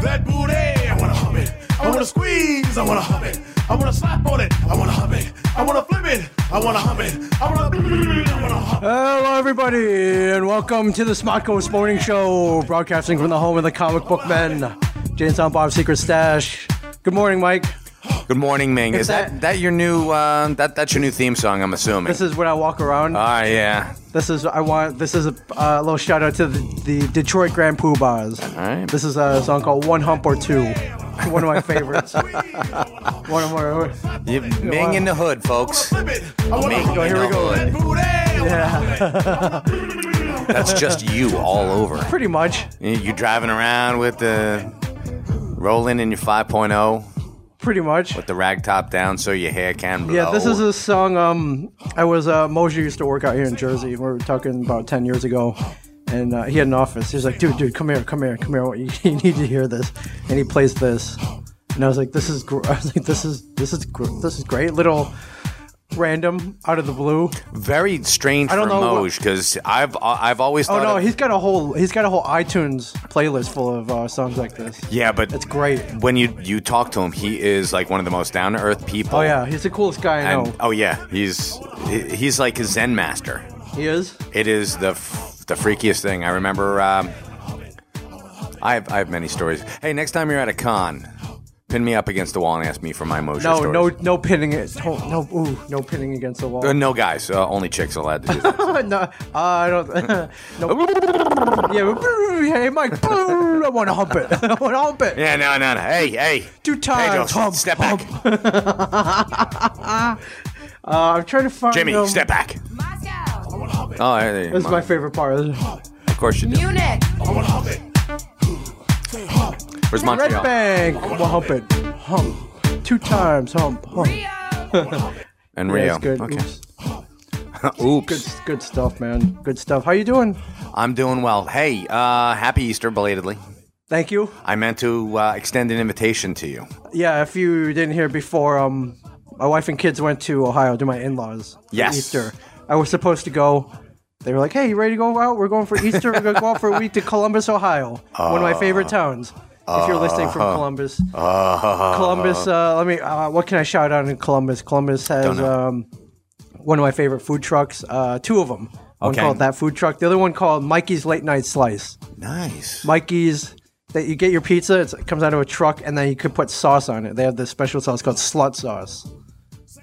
that booty. I wanna hum it. I wanna squeeze. I wanna hum it. I wanna slap on it. I wanna hum it. I wanna flip it. I wanna hum it. I wanna. I wanna hum. Hello, everybody, and welcome to the Smodco's Morning Show, broadcasting from the home of the comic book men, James on Bob's Secret Stash. Good morning, Mike. Good morning, Ming. Is that- that that your new uh, that that's your new theme song? I'm assuming. This is when I walk around. Ah, yeah. This is I want. This is a uh, little shout out to the, the Detroit Grand Pooh Bars. right. This is a song called One Hump or Two. One of my favorites. one of my. You, Ming in the hood, folks. Flip it. I wanna Ming hum it. in here we the go. hood. Booty. I wanna That's just you all over. Pretty much. You- You driving around with the rolling in your 5.0 Pretty much. with the rag top down so your hair can blow. Yeah, this is a song. Um, I was uh, Moshe used to work out here in Jersey. We were talking about ten years ago, and uh, he had an office. He was like, "Dude, dude, come here, come here, come here. You, you need to hear this." And he plays this, and I was like, "This is," gr-. I was like, "This is, this is, gr- this is great." Little random out of the blue. very strange I don't know for what- Moj because I've uh, I've always Oh thought. no, of- he's got a whole he's got a whole iTunes playlist full of uh, songs like this. yeah, but It's great. when you you talk to him, he is like one of the most down to earth people. Oh yeah, he's the coolest guy I know. And, oh yeah, he's he- he's like a Zen master. he is. It is the f- the freakiest thing. I remember. Um, I have I have many stories. Hey, next time you're at a con, pin me up against the wall and ask me for my Mosher No, stories. no, no pinning it. No, ooh, no pinning against the wall. Uh, no guys, uh, only chicks allowed to do that. no, uh, I don't. no. yeah, hey, Mike. I want to hump it. I want to hump it. yeah, no, no, no. Hey, hey, Two Pedro, times. hump, step hump. back, Uh, I'm trying to find. Jimmy, um, step back. Moscow, Oh, hey, This is my Mom, favorite part. of course you do. Munich, hum it. Where's Red Montreal? Bank. I want to hump it. Hump. Two times. Hump. Hump. Rio, And Yeah, Rio. it's good. Okay. Oops. Good, Oops. good stuff, man. Good stuff. How you doing? I'm doing well. Hey, uh, happy Easter belatedly. Thank you. I meant to uh, extend an invitation to you. Yeah, if you didn't hear before, um, my wife and kids went to Ohio to my in-laws. for Yes. Easter. I was supposed to go. They were like, "Hey, you ready to go out? We're going for Easter. We're gonna go out for a week to Columbus, Ohio, one of my favorite Uh, towns." If you're listening from uh-huh. Columbus, Columbus. Uh, let me. Uh, what can I shout out in Columbus? Columbus has know. um, one of my favorite food trucks. Uh, two of them. One Okay. called that food truck. The other one called Mikey's Late Night Slice. Nice. Mikey's that you get your pizza. It's, it comes out of a truck, and then you could put sauce on it. They have this special sauce called slut sauce.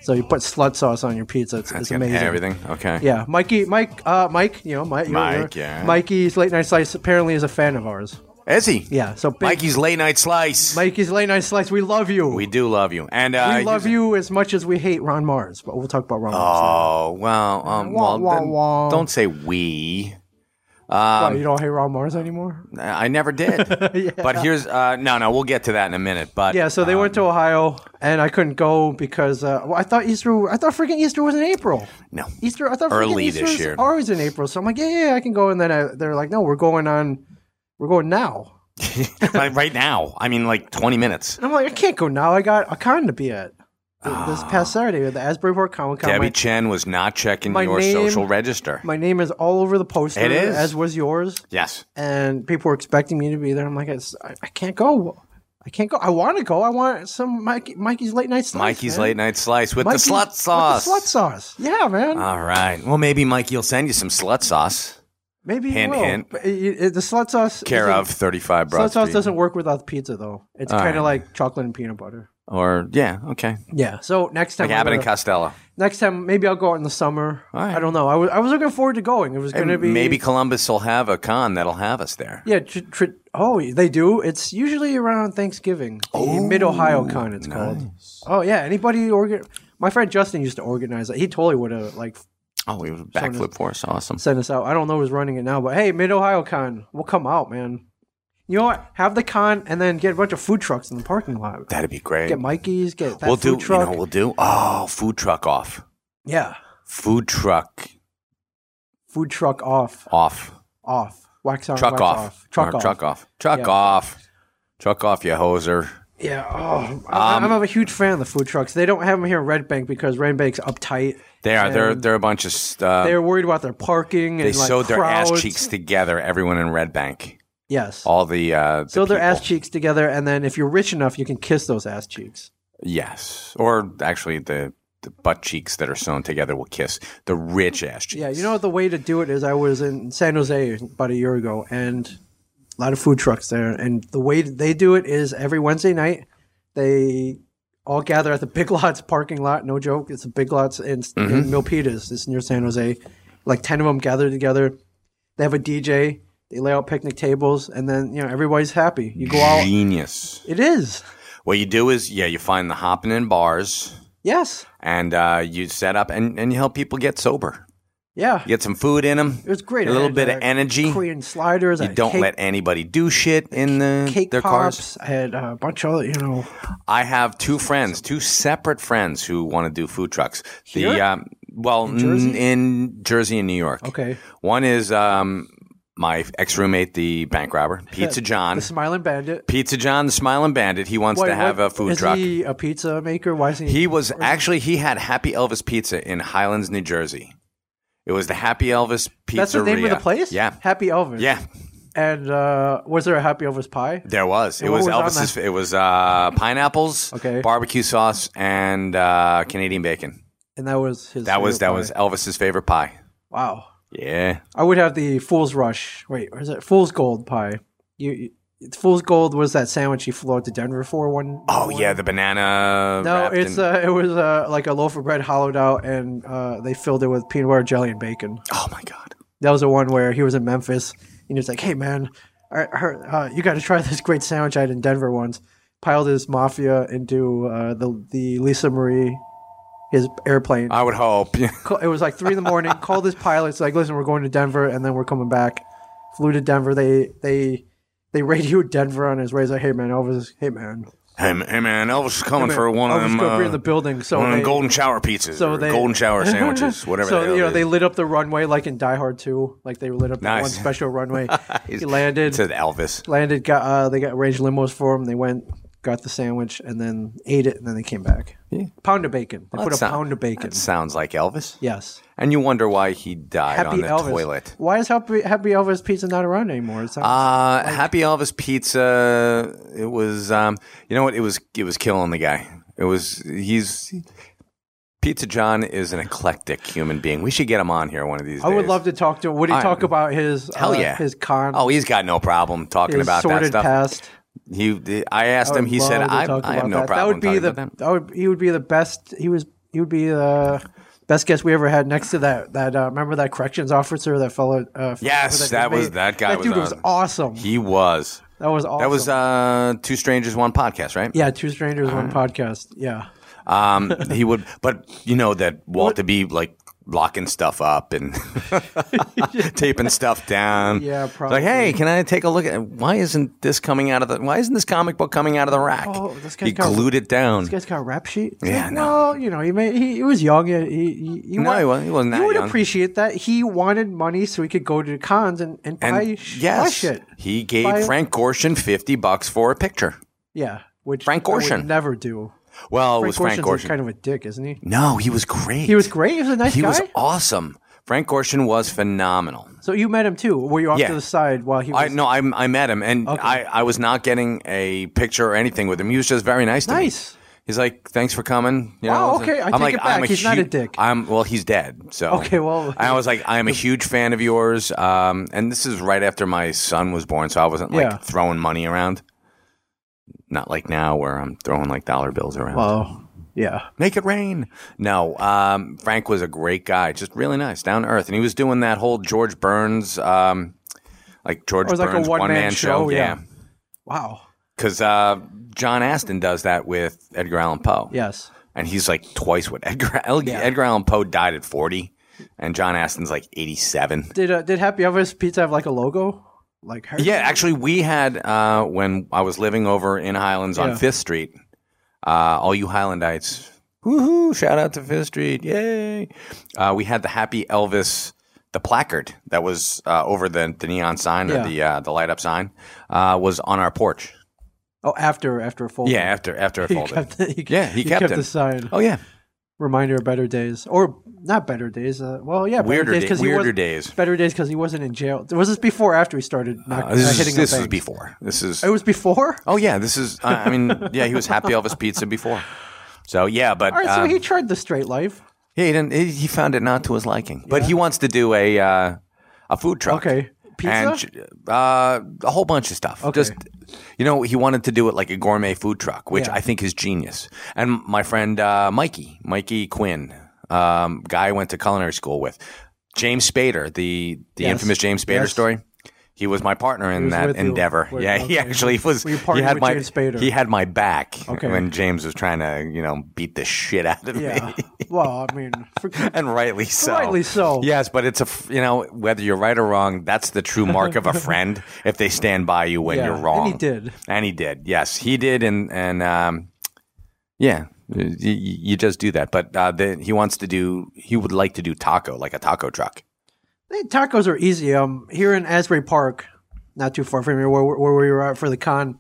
So you put slut sauce on your pizza. It's, it's That's good. amazing. Everything. Okay. Yeah, Mikey, Mike, uh, Mike, you know, Mike, you're- Mike, you're- yeah. Mikey's late night slice apparently is a fan of ours. Is he? Yeah, so big, Mikey's late night slice. Mikey's late night slice. We love you. we do love you, and uh, We love you as much as we hate Ron Mars, but we'll talk about Ron Mars. Oh well, um, Wah, well, wah, then wah. don't say we. Oh, um, Why, you don't hate Ron Mars anymore? I never did. But here's uh, no, no. We'll get to that in a minute. But Yeah, so they went um, to Ohio, and I couldn't go because uh, well, I thought Easter. I thought freaking Easter was in April. no. Easter. I thought Early freaking Easter this was year. Always in April, so I'm like, yeah, yeah, I can go. And then I, they're like, no, we're going on. We're going now. Like, right now, I mean, like 20 minutes. And I'm like, I can't go now. I got a con to be at this past Saturday at the Asburyport Comic Con. Ah. Debbie My, Chen was not checking my your name- social register. my name is all over the poster. It is. as was yours. yes. And people were expecting me to be there. I'm like, it's, I, I can't go. I can't go. I want to go. I want some Mikey, Mikey's late night. Slice, Mikey's man. late night slice with Mikey's- the with slut sauce. Ah, slut sauce. Yeah, man. All right. Well, maybe Mikey will send you some slut sauce. Maybe hint, it will. hint. But it- it- the slut sauce. Care isn't- of 35 Broad Slut sauce Street. doesn't work without pizza, though. It's All kind of right. like chocolate and peanut butter. Or, yeah, okay. Yeah. So next time, Like Abbott I'm and gonna- Costello. next time maybe I'll go out in the summer. All right. I don't know. I was I was looking forward to going. It was going to And be maybe Columbus will have a con that'll have us there. Yeah. Tr- tr- oh, they do. It's usually around Thanksgiving. Oh, The Mid Ohio Con, it's called. Oh yeah. Anybody organ? My friend Justin used to organize it. He totally would have like Oh, he was backflip for us. Awesome. sent us out. I don't know who's running it now, but hey, Mid Ohio Con, we'll come out, man. You know what? Have the con and then get a bunch of food trucks in the parking lot. That'd be great. Get Mikey's. Get that we'll do, food truck. you know, what we'll do. Oh, food truck off. yeah. Food truck food truck off, off. off, wax on, Truck wax off. off. truck Or off, Truck off. Truck Yeah. off. Truck off, you hoser. Yeah, oh, I, Um, I'm a huge fan of the food trucks. They don't have them here in Red Bank because Red Bank's uptight. They are. They're, And they're a bunch of. Uh, They're worried about their parking and they like sewed their crowds. ass cheeks together, everyone in Red Bank. Yes. All the, uh, the so they're ass people. cheeks together, and then if you're rich enough, you can kiss those ass cheeks. Yes, or actually the the butt cheeks that are sewn together will kiss the rich ass cheeks. Yeah, you know the way to do it is I was in San Jose about a year ago, and a lot of food trucks there. And the way they do it is every Wednesday night they all gather at the Big Lots parking lot. No joke, it's the Big Lots in, in Mm-hmm. Milpitas. It's near San Jose. Like ten of them gather together. They have a DJ. They lay out picnic tables, and then you know everybody's happy. You go out. genius. It is What you do is yeah, you find the hopping in bars yes, and uh, you set up and, and you help people get sober. yeah. You get some food in them. It was great. A I little had, bit uh, of energy. Korean sliders. I You had don't cake- let anybody do shit in the cake their pops. cars. I had uh, a bunch of other, you know. I have two friends, two separate friends who want to do food trucks. The Here? um, well, n- in Jersey? Jersey? and New York. Okay. One is um, my ex roommate, the bank robber, Pizza John. The Smiling Bandit. Pizza John, the smiling bandit. He wants Wait, to have what- a food is truck. he a pizza maker? Why isn't he? He was actually he had Happy Elvis Pizza in Highlands, New Jersey. It was the Happy Elvis Pizzeria. That's the name of the place. Yeah, Happy Elvis. yeah. And uh, was there a Happy Elvis pie? There was. It what was, was on Elvis's. It was uh, pineapples, Okay. barbecue sauce, and uh, Canadian bacon. And that was his. That was that favorite was pie. Elvis's favorite pie. wow. Yeah. I would have the Fool's Rush. Wait, or is it Fool's Gold pie? You, you it's Fool's Gold was that sandwich you flew out to Denver for one? Oh yeah, the banana. No, wrapped it's in- uh, it was uh, like a loaf of bread hollowed out, and uh, they filled it with peanut butter jelly and bacon. oh my god. That was the one where he was in Memphis and he was like, "Hey man, I, I heard, uh, you got to try this great sandwich I had in Denver once." Piled his mafia into uh, the the Lisa Marie, his airplane. I would hope. Ca- it was like three in the morning. called his pilots like, "Listen, we're going to Denver and then we're coming back." Flew to Denver. They they they radioed Denver on his razor. Hey man, Elvis. Hey man, hey, m- hey man, Elvis is Hey, coming man, for one of Elvis them. gonna be uh, in the building. So one of them they- golden shower pizzas. so or they- golden shower sandwiches, whatever. the So hell you it know is. they lit up the runway like in Die Hard 2. Like they lit up that one Nice. special runway. he It landed, said Elvis. landed. Got uh, they got arranged limos for him. They went, got the sandwich, and then ate it, and then they came back. Pound of bacon. They put a That sound- pound of bacon. That sounds like Elvis. Yes, And you wonder why he died on Happy the Elvis. toilet. Why is Happy, Happy Elvis Pizza not around anymore? It's not, Uh, Happy Elvis Pizza. It was, um, you know what? It was, it was killing the guy. It was, he's, Pizza John is an eclectic human being. We should get him on here one of these I days. would love to talk to him. What do you I- talk about his? Hell uh, yeah. his con. Oh, he's got no problem talking his about that sordid stuff. past. He, I asked I him. would He said, love to I, talk I have about no that. problem That would be talking the about that. that would he would be the best. He was he would be the best guest we ever had next to that that uh, remember that corrections officer that fellow. Uh, Yes, that was- that guy That was dude was on- awesome. He was. that was awesome. That was uh, Two Strangers, One Podcast, right? yeah, two strangers, one podcast. Yeah, Um, he would, but you know that Walt to be like locking stuff up and taping stuff down. Yeah, Like, hey, can I take a look at? Why isn't this coming out of the? Why isn't this comic book coming out of the rack? Oh, this guy's he got- glued it down. this guy's got a rap sheet. It's Yeah, like, no. well, you know, he may, he, he was young. He, he, he No, he wasn't- he wasn't You that would young. appreciate that he wanted money so he could go to cons and and, and buy, sh- yes, buy shit. he gave Buy- Frank Gorshin fifty bucks for a picture. Yeah, which Frank I would Gorshin. never do. Well, it was Frank Frank Gorshin's Gorshin. kind of a dick, isn't he? no, he was great. He was great. He was a nice He guy. was awesome. Frank Gorshin was phenomenal. so you met him too. Were you off Yeah. to the side while he was? I no, I, I met him, and I, I was not getting a picture or anything with him. He was just very nice to me. Nice. He's like, thanks for coming. You Wow, know, okay, I take it back. He's not a dick. I'm well, he's dead. So Okay, well- I was like, I am a huge fan of yours. Um, and this is right after my son was born, so I wasn't like Yeah. throwing money around. Not like now where I'm throwing like dollar bills around. Oh, yeah. Make it rain. No, um, Frank was a great guy, just really nice, down to earth, and he was doing that whole George Burns, um, like George It was like a Burns one-man man show, show, yeah. yeah, Wow. because uh, John Aston does that with Edgar Allan Poe, Yes. and he's like twice what Edgar El- Edgar Allan Poe died at forty, and John Aston's like eighty seven. Did uh, did Happy Elvis Pizza have like a logo? Like her? Yeah, actually, we had uh, when I was living over in Highlands Yeah. on Fifth Street. Uh, all you Highlandites, woohoo! Shout out to Fifth Street, yay! Uh, we had the Happy Elvis, the placard that was uh, over the, the neon sign Yeah. or the uh, the light up sign uh, was on our porch. Oh, after after a fold. Yeah, after after it He folded. kept, the- he, Yeah, he he kept kept it. the sign. Oh yeah, reminder of better days, or not better days. Uh, well, yeah, Weirder better day- days he weirder wasn't- days. Better days because he wasn't in jail. Was this before or after he started not, Uh, this uh, is, hitting this a is bank? before. This is. It was before. Oh yeah, this is. I I mean, yeah, he was happy Elvis Pizza before. So yeah, but All right, so um, he tried the straight life. yeah, he didn't. He, he found it not to his liking. But he wants to do a uh, a food truck. Okay, pizza. And uh, a whole bunch of stuff. Just you know, he wanted to do it like a gourmet food truck, which Yeah. I think is genius. And my friend uh, Mikey, Mikey Quinn, um, guy I went to culinary school with, James Spader, the the Yes. infamous James Spader Yes. story. He was my partner in was that with you. endeavor. Wait, yeah, he okay. actually was. Were you he partnered had with my James Spader? he had my back Okay. when James was trying to you know beat the shit out of yeah. me well, I mean, for, and rightly so. Rightly so. Yes, but it's a f- you know whether you're right or wrong, that's the true mark of a friend if they stand by you when Yeah, you're and wrong. he did. and he did. Yes, he did, and and um, yeah, you, you just do that. But uh, the, he wants to do. He would like to do taco, like a taco truck. I think tacos are easy. Um, here in Asbury Park, not too far from here, where, where we were at for the con,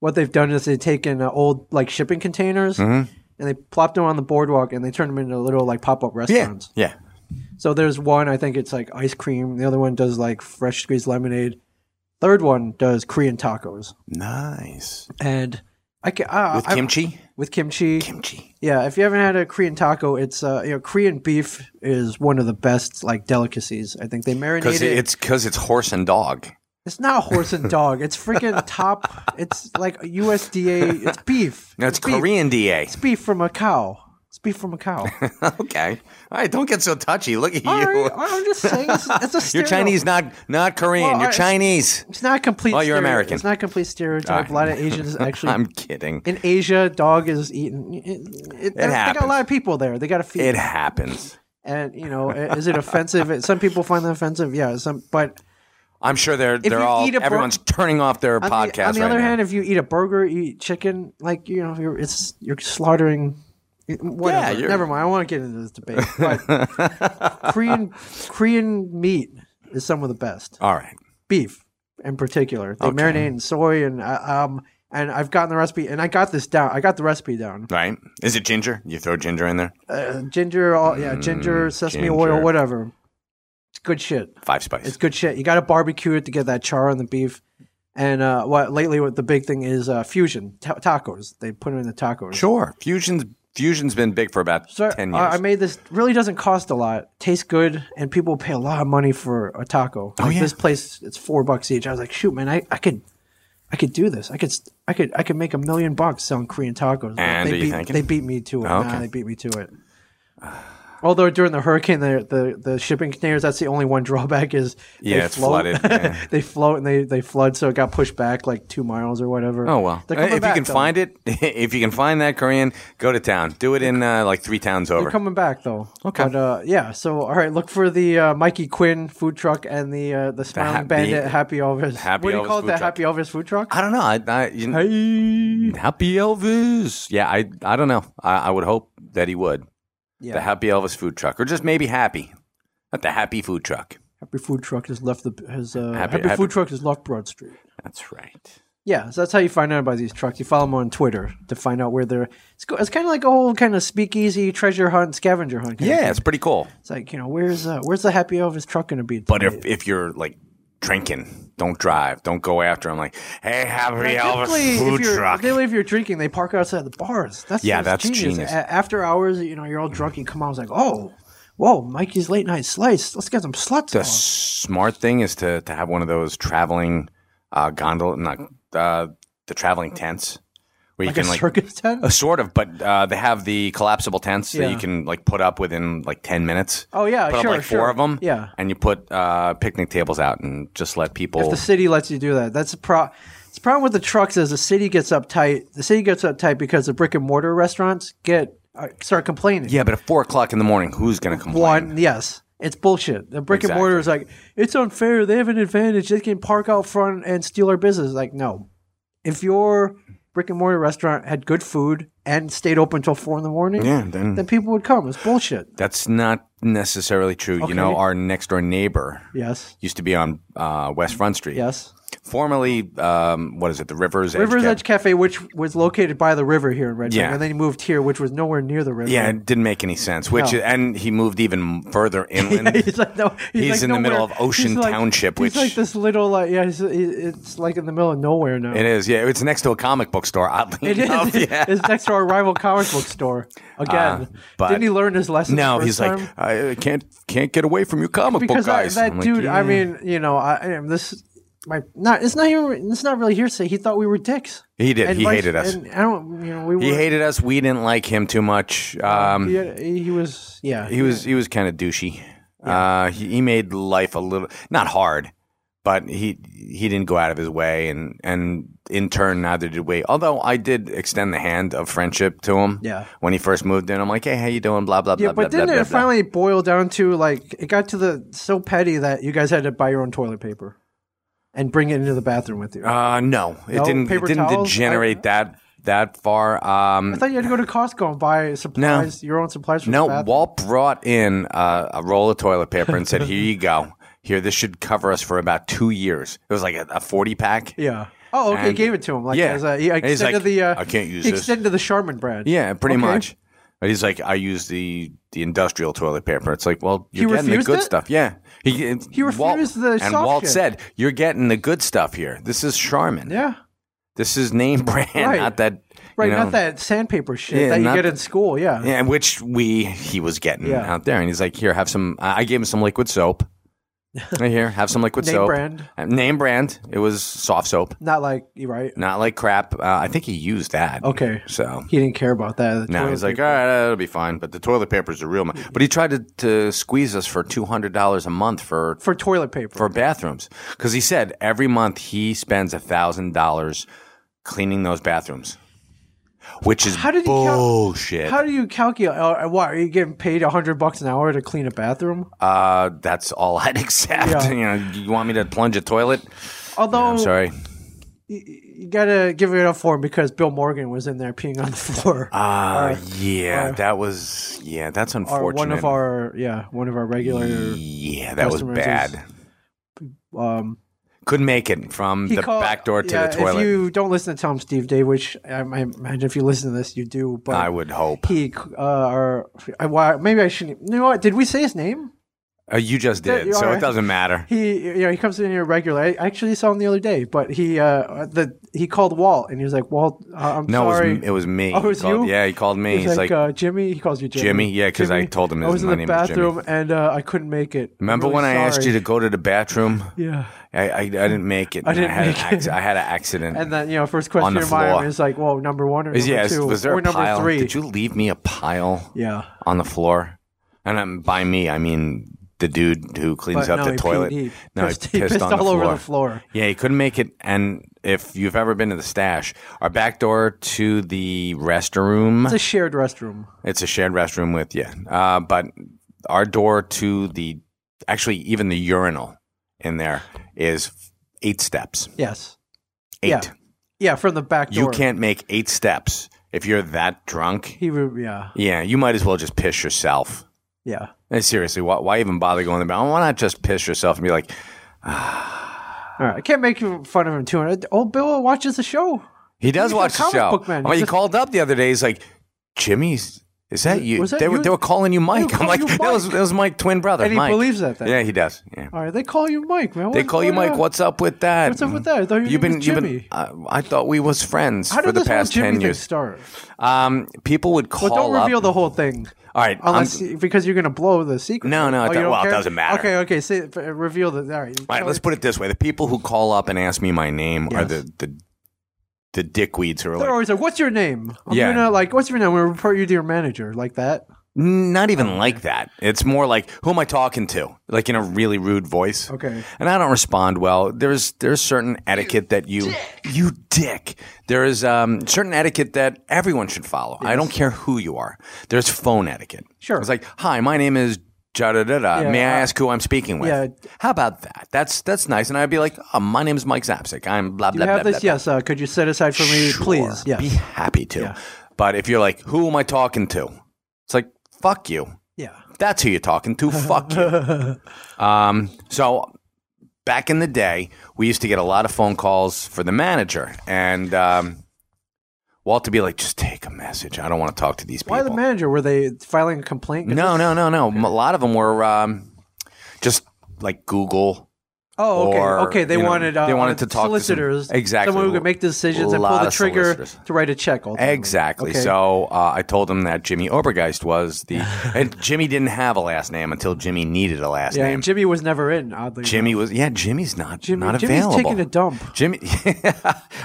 what they've done is they've taken uh, old like shipping containers Mm-hmm. and they plopped them on the boardwalk and they turned them into little like pop up restaurants. yeah. So there's one I think it's like ice cream. The other one does like fresh squeezed lemonade. Third one does Korean tacos, Nice and I can uh, with I- kimchi. with kimchi. Kimchi. Yeah, if you haven't had a Korean taco, it's uh, you know Korean beef is one of the best like delicacies. I think they marinate Because it. it's because it's horse and dog. It's not a horse and dog. It's freaking top. It's like USDA. It's beef. No, it's beef. Korean DA. It's beef from a cow. It's beef from a cow. okay. All right. Don't get so touchy. Look at All you. right, I'm just saying. It's, it's a You're stereo- Chinese, not not Korean. Well, You're I- Chinese. It's not a complete. Oh, you're stereo- American. It's not a complete stereotype. A lot of Asians actually. I'm kidding. in Asia, dog is eaten. It, it- they got a happens. lot of people there. They got to feed. It happens. and you know, i- is it offensive? some people find that offensive. Yeah. Some, but I'm sure they're they're you all eat a bur- everyone's turning off their on podcast. The, on the right other now. hand, if you eat a burger, you eat chicken, like you know, you're, it's you're slaughtering. Whatever. you're- Never mind. I want to get into this debate. But Korean Korean meat is some of the best. all right, Beef, in particular, they marinate in soy and uh, um. And I've gotten the recipe, and I got this down. I got the recipe down. right? Is it ginger? You throw ginger in there? Uh, ginger, all, yeah, ginger, sesame oil, Mm, ginger. whatever. It's good shit. Five spice. It's good shit. You got to barbecue it to get that char on the beef. And uh, what lately, what the big thing is uh, fusion ta- tacos. They put them in the tacos. sure. Fusion's fusion's been big for about So, ten uh, years. I made this. Really doesn't cost a lot. Tastes good, and people pay a lot of money for a taco. Like Oh, yeah. This place, it's four bucks each. I was like, shoot, man, I, I could, I could do this. I could, st- I could, I could make a million bucks selling Korean tacos. But And they are you beat, thinking? they beat me to it. Oh, Nah, okay. they beat me to it. Although during the hurricane, the, the the shipping containers, that's the only one drawback is Yeah, they it's float. flooded, yeah. they float and they, they flood, so it got pushed back like two miles or whatever. oh well. They're coming if you back, can though. find it, if you can find that Korean, go to town. Do it in uh, like three towns over. They're coming back though. Okay. But uh, yeah, so all right, look for the uh, Mikey Quinn food truck and the uh, the Smiling hap- Bandit the- Happy Elvis. Happy what do you Elvis call it? food The truck. Happy Elvis food truck? I don't know. I, I you know, happy Elvis. Yeah, I I don't know. I, I would hope that he would. yeah. The happy Elvis food truck, or just maybe happy, not the happy food truck. happy food truck has left the has uh, Happy- happy, Happy- food truck has left Broad Street. That's right. Yeah, so that's how you find out about these trucks. You follow them on Twitter to find out where they're. It's, go- it's kind of like a whole kind of speakeasy treasure hunt, scavenger hunt. kind of Yeah, thing. it's pretty cool. it's like you know where's uh, where's the Happy Elvis truck going to be? But today? if, if you're like drinking, don't drive. Don't go after him. Like, hey, happy Typically, Elvis food if you're, truck. Typically, if you're drinking, they park outside the bars. That's Yeah, that's, that's genius. genius. A- after hours, you know, you're all drunk. You come out, it's like, oh, whoa, Mikey's late night slice. Let's get some sluts. The on. smart thing is to, to have one of those traveling uh, gondola, not uh, the traveling tents, where like you a can like circus tent. uh, sort of, but uh, they have the collapsible tents that Yeah. you can like put up within like ten minutes. Oh, yeah, put sure, up like four sure. of them. Yeah. and you put uh, picnic tables out and just let people. If the city lets you do that, that's a pro. It's a problem with the trucks is the city gets uptight. The city gets uptight because the brick and mortar restaurants get uh, start complaining. yeah, but at four o'clock in the morning, who's going to complain? One, yes. It's bullshit. The brick and mortar is like, it's unfair. They have an advantage. They can park out front and steal our business. Like, no. If your brick and mortar restaurant had good food and stayed open until four in the morning, Yeah, then then people would come. It's bullshit. That's not necessarily true. You know, Okay. our next door neighbor Yes. used to be on uh, West Front Street. Yes. formerly, um, what is it, the Rivers Edge River's Cafe. Edge Cafe, which was located by the river here in Red Wing, Yeah. and then he moved here, which was nowhere near the river. Yeah, it didn't make any sense. Which No. and he moved even further inland. he's like, no, he's, He's like in the middle nowhere. of Ocean He's like- Township, which- he's like this little, like, yeah, he's, he- it's like in the middle of nowhere now. It is, yeah. It's next to a comic book store. Oddly It is. enough, Oh, yeah. Ah, It's next to our rival comic book store. Again, but- didn't he learn his lesson? No, the he's first time? like, I I can't can't get away from you comic because book guys. that, I'm that like, "Mm." dude. I "Yeah." mean, you know, I, I am this. My not. It's not even. It's not really hearsay. He thought we were dicks. He did. He vice- hated us. And I don't. You know, we were. he hated us. We didn't like him too much. Oh, Um, He, had- he was. Yeah. he was he was kind of douchey. Uh, he, he made life a little not hard, but he he didn't go out of his way, and and in turn neither did we. Although I did extend the hand of friendship to him. Yeah. When he first moved in, I'm like, hey, how you doing? Blah blah yeah, blah. but blah, didn't blah, it blah, blah. finally boil down to like it got to the so petty that you guys had to buy your own toilet paper and bring it into the bathroom with you? Uh, no, it No? didn't. It Paper didn't towels? degenerate that that far. Um, I thought you had to go to Costco and buy supplies, your own supplies for No, the bathroom. Walt brought in uh, a roll of toilet paper and said, "Here you go. Here, this should cover us for about two years." It was like a, a forty pack. Yeah. Oh, okay. And- gave it to him. Like, Yeah. As a, he And he's extended like, the. Uh, "I can't use he this." Extended the Charmin brand. Yeah, pretty Okay. much. But he's like, "I use the the industrial toilet paper." It's like, well, you're He getting the refused good it? stuff. Yeah, he it- He refused the and soft Walt shit. said, "You're getting the good stuff here. This is Charmin. Yeah. this is name brand, Right. not that." you Right. know." not that sandpaper shit Yeah, that you not get that- in school. Yeah. Yeah, which we he was getting Yeah. out there, and he's like, "Here, have some." I I gave him some liquid soap. Right here, have some liquid Name soap. brand. Uh, Name brand. It was soft soap, Not like you right. not like crap. Uh, I think he used that. Okay. So He didn't care about that. The now he's toilet like, all right, that'll be fine. But the toilet paper's a real. Mo-. But he tried to, to squeeze us for two hundred dollars a month for for toilet paper. "Ah, for bathrooms because he said every month he spends a thousand dollars cleaning those bathrooms, which is How did he count- bullshit. How do you calculate? Uh, what are you getting paid? hundred bucks an hour to clean a bathroom? uh, that's all I'd accept. Yeah. Oh. You know, you want me to plunge a toilet? Although I'm sorry. you gotta give it up for him because Bill Morgan was in there peeing on the floor. Uh, yeah, that was yeah, that's Our- unfortunate. one of our yeah, one of our regular. yeah, that was customers is- bad. Um, Couldn't make it from he the called- back door to yeah, the toilet. If you don't listen to Tom Steve Day, which um, I imagine if you listen to this, you do. But I would hope. he uh, or I, why maybe I shouldn't. You know what? Did we say his name? Uh, you just Yeah, did, you so are. it doesn't matter. He you know he comes in here regularly. I actually saw him the other day, but he uh the he called Walt and he was like Walt, uh, I'm No, sorry. it was, it was me. Oh, it He was called- you? Yeah, he called me. He's, He's, like, like, uh, Jimmy. He calls you Jimmy. Jimmy? Yeah, 'cause I Jimmy, told him I his- was in my the name is Jimmy." bathroom and uh, I couldn't make it. I'm remember really when I asked sorry." you to go to the bathroom? Yeah, I, I, I didn't make it. I didn't I had, make an acc- it. I had an accident. and then you know first question On the in my floor. mind is like, well, number one or Is- number yeah, is- two was there or a number pile? three? Did you leave me a pile yeah, on the floor? And um, by me, I mean the dude who cleans But up no, the he toilet. peed- he no, pissed- he he pissed, pissed on all the over the floor. floor. Yeah, he couldn't make it. And if you've ever been to the stash, our back door to the restroom, it's a shared restroom. it's a shared restroom with you. Uh, but our door to the, actually, even the urinal in there is eight steps. Yes. Eight. Yeah, yeah, from the back door. You can't make eight steps if you're that drunk. He would. Yeah, Yeah, you might as well just piss yourself. yeah. Hey, Seriously, why, why even bother going to the bathroom? Why not just piss yourself and be like, All right, I can't make fun of him too. And Old Bill watches the show. he does He's a watch the comic show. book man. I mean, He's he a- called up the other day. He's like, Jimmy's, is that you? Was that they, Were, you? they were calling you Mike. I'm calling like, you That, was, Mike." that was Mike's twin brother. And he Mike. believes that then. Yeah, he does. Yeah. All right, they call you Mike, man. They What's call you going Mike. on? What's up with that? What's up with that? I thought your You've name been, was you've been. Jimmy. Uh, I thought we was friends How for did the this whole past Jimmy ten thing years. start? Um, people would call Well, don't up. reveal the Oh, whole thing. All right, I'm- Unless you- because you're going to blow the secret. Oh, No, no, it you don't- don't well, it care? doesn't matter. Okay, okay. Say, f- reveal the. All right. All right, let's put it this way: the people who call up and ask me my name are Yes. the the the dickweeds who are They're like, always like, "What's your name?" I'm Yeah. gonna like, "What's your name?" I'm gonna report you to your manager, like that. not even like that. It's more like, who am I talking to? Like in a really rude voice. Okay. And I don't respond well. There's there's certain etiquette that you you dick. There is um, certain etiquette that everyone should follow. I don't care who you are. There's phone etiquette. Sure. It's like, hi, my name is. Da, da, da, da. Yeah, May I I- ask who I'm speaking with? Yeah. How about that? That's that's nice. And I'd be like, oh, my name's Mike Zapsik. I'm blah Do blah you blah. have blah, this? blah. yes. Uh, could you set aside for me, Sure, please? Yes. Be happy to. Yeah. But if you're like, who am I talking to? It's like, fuck you. yeah. That's who you're talking to. Fuck you. Um, so back in the day, we used to get a lot of phone calls for the manager, and um, Walt to be like, "Just take a message. I don't want to talk to these people." Why the manager? Were they filing a complaint? 'Cause No, this- no, no, no. A lot of them were um, just like Google. Oh, okay. or, okay, they you know, wanted uh, they wanted to talk to some- solicitors. Exactly. Someone who could make decisions and Lot pull the of trigger solicitors. to write a check. ultimately. Exactly. Okay. So uh, I told him that Jimmy Obergeist was the. and Jimmy didn't have a last name until Jimmy needed a last yeah, name. and Jimmy was never in. Oddly, Jimmy was yeah. Jimmy's not Jimmy- not Jimmy's available. taking a dump. Jimmy,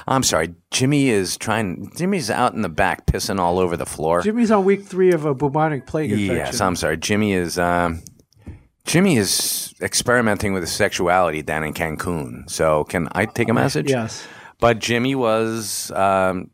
I'm sorry. Jimmy is trying. Jimmy's out in the back pissing all over the floor. Jimmy's on week three of a bubonic plague infection. yes, I'm sorry. Jimmy is um, Jimmy is experimenting with his sexuality down in Cancun. So can I take a message? Yes. But Jimmy was um,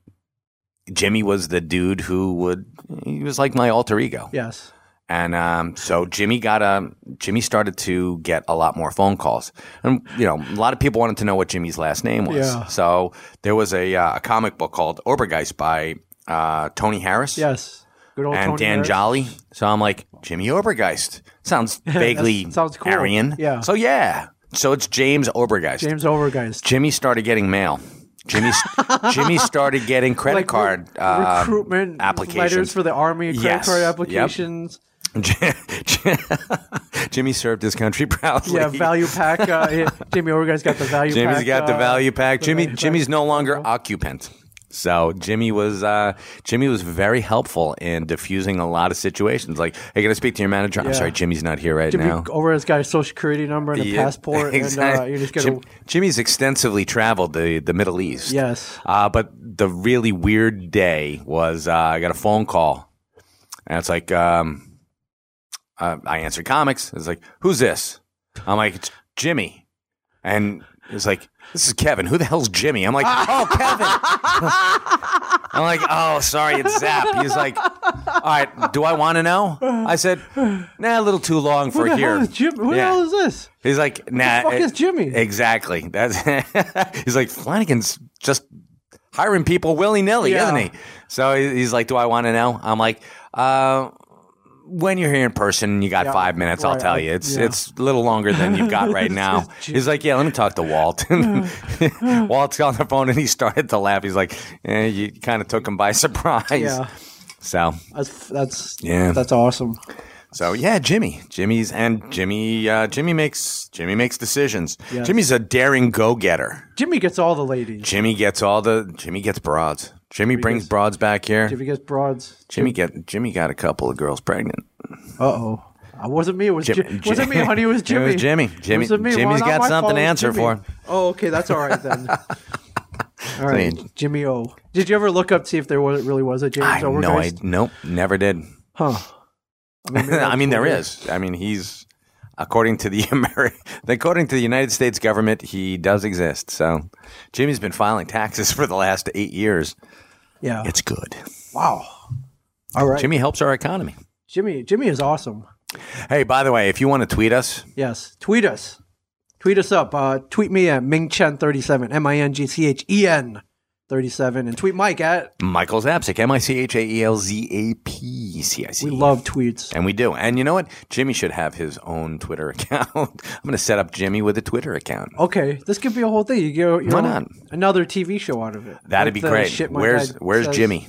Jimmy was the dude who would he was like my alter ego. Yes. And um, so Jimmy got um Jimmy started to get a lot more phone calls, and you know a lot of people wanted to know what Jimmy's last name was. Yeah. So there was a, uh, a comic book called Obergeist by uh, Tony Harris Yes. Good old and Tony Dan Harris. Jolly. So I'm like Jimmy Obergeist sounds vaguely sounds cool. Aryan. Yeah. So yeah, so it's James Obergeist. James Overgeist. Jimmy started getting mail. Jimmy Jimmy started getting credit Like, card re- uh, recruitment letters applications. for the army, credit Yes. card Yep. applications. Jimmy served his country proudly. Yeah, value pack. Uh, yeah, Jimmy Overgeist got the value. Jimmy's pack, got the uh, value pack. the Jimmy value pack. Jimmy's no longer occupant. So Jimmy was uh, Jimmy was very helpful in diffusing a lot of situations. Like, hey, can I speak to your manager? I'm Yeah. sorry, Jimmy's not here right Jimmy now. Overgeist got a social security number and a Yeah, passport, exact- and uh, you just get Jim- a Jimmy's extensively traveled the the Middle East. Yes. Uh, but the really weird day was uh, I got a phone call, and it's like um, uh, I answered comics. It's like, who's this? I'm like, it's Jimmy, and it's like, this is Kevin. Who the hell's Jimmy? I'm like, oh, Kevin. I'm like, oh, sorry, it's Zap. He's like, all right, do I want to know? I said, nah, a little too long for Who the here. hell is Jim? Who Yeah. the hell is this? He's like, nah. eh, fuck is Jimmy? Exactly. That's he's like Flanagan's just hiring people willy nilly, Yeah. isn't he? So he- he's like, do I want to know? I'm like, uh, when you're here in person, you got Yeah, five minutes. I'll right, tell I- you, it's yeah. it's a little longer than you've got right now. he's like, yeah, let me talk to Walt. And Walt's on the phone, and he started to laugh. He's like, eh, you kind of took him by surprise. Yeah. So That's that's Yeah. That's awesome. so yeah, Jimmy, Jimmy's and Jimmy, uh, Jimmy makes Jimmy makes decisions. Yes. Jimmy's a daring go getter. Jimmy gets all the ladies. Jimmy gets all the Jimmy gets broads. Jimmy brings gets- broads back here. Jimmy Jimmy, gets broads. get Jimmy got a couple of girls pregnant. Uh oh. It wasn't me. It was Jim, Jim- wasn't me, honey. It was It Jimmy. was Jimmy. Jimmy- wasn't me. Well, Jimmy's not got my something fault, it to was answer Jimmy. for. Oh, okay. That's all right then. all right, Saying- Jimmy O. Did you ever look up to see if there was really was a James I Overgeist? no, I nope, never did. Huh. I mean, there is. I mean, he's according to the Ameri- according to the United States government, he does exist. So Jimmy's been filing taxes for the last eight years. Yeah. It's good. wow. All right. Jimmy helps our economy. Jimmy. Jimmy is awesome. Hey, by the way, if you want to tweet us, Yes. Tweet us. Tweet us up. Uh, tweet me at Mingchen37, M I N G C H E N 37. And tweet Mike at Michael Zapsik, M I C H A E L Z A P C I C. We Love Tweets. And we do. And you know what? Jimmy should have his own Twitter account. I'm going to set up Jimmy with a Twitter account. Okay, this could be a whole thing. You go, you Why know, not? Another TV show out of it. That'd With be the great. shit my where's dad Where's says. Jimmy?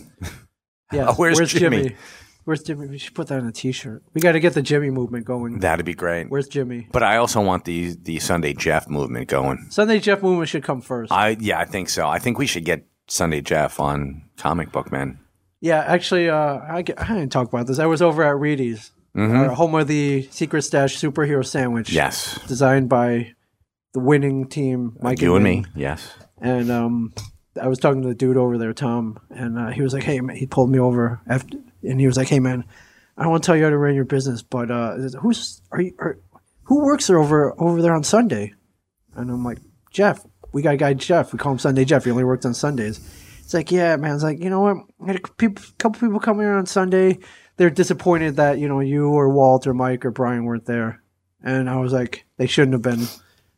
Yeah, Oh, where's Jimmy? Where's Jimmy? We should put that on a T-shirt. We got to get the Jimmy movement going. That'd be great. Where's Jimmy? But I also want the the Sunday Jeff movement going. Sunday Jeff movement should come first. I yeah, I think so. I think we should get Sunday Jeff on Comic Book Man. yeah, actually, uh, I, get- I didn't talk about this. I was over at Reedy's, our home of the Secret Stash superhero sandwich. Mm-hmm. Yes. designed by the winning team, Mike You and Ming. me. Yes. and um, I was talking to the dude over there, Tom, and uh, he was like, "Hey," man, he pulled me over, after, and he was like, "Hey, man, I don't want to tell you how to run your business, but uh, who's are you? Are, who works there over over there on Sunday?" And I'm like, "Jeff, we got a guy, Jeff. We call him Sunday Jeff. He only works on Sundays." It's like, "Yeah, man." It's like, you know what? I had a peop- couple people come here on Sunday. They're disappointed that you know you or Walt or Mike or Brian weren't there, and I was like, they shouldn't have been.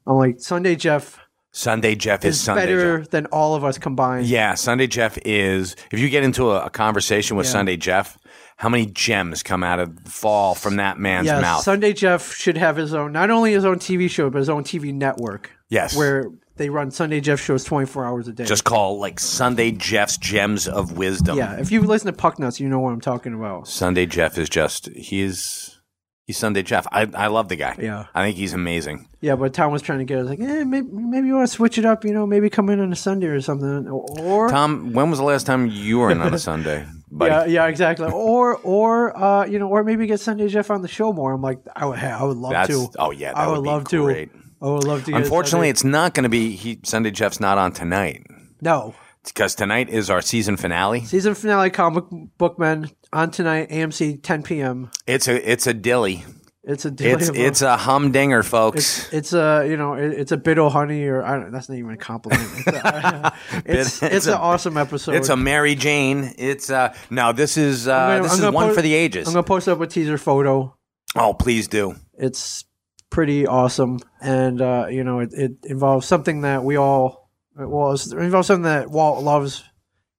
I'm like, Sunday Jeff Sunday Jeff is, is Sunday better Jeff. than all of us combined. Yeah, Sunday Jeff is. If you get into a, a conversation with Yeah. Sunday Jeff how many gems come out of fall from that man's Yes, mouth. Sunday Jeff should have his own, not only his own TV show, but his own TV network. Yes. Where they run Sunday Jeff shows 24 hours a day. Just call like Sunday Jeff's gems of wisdom. yeah, if you listen to Puck Nuts, you know what I'm talking about. Sunday Jeff is just he's he's Sunday Jeff. I I love the guy. Yeah. I think he's amazing. Yeah, but Tom was trying to get us like, eh, maybe, maybe you want to switch it up, you know, maybe come in on a Sunday or something. Or Tom, when was the last time you were in on a Sunday, buddy? Yeah, yeah, exactly. or or uh, you know, or maybe get Sunday Jeff on the show more. I'm like, I would, I would love That's- to. oh, yeah, that I would, would be love great. to. I would love to. get Unfortunately, Sunday- it's not going to be he, Sunday Jeff's not on tonight no because tonight is our season finale. season finale. Comic Book Men on tonight, AMC, 10 p.m. It's a it's a dilly. It's a daily It's of- it's a humdinger, folks. it's a you know it, it's a bit of honey or I don't that's not even a compliment. It's a, it's, Bit- it's it's an a- awesome episode. It's a Mary Jane. It's uh no, this is uh this is one po- for the ages. I'm gonna post up a teaser photo. oh, please do. it's pretty awesome and uh, you know it, it involves something that we all well it's- it involves something that walt loves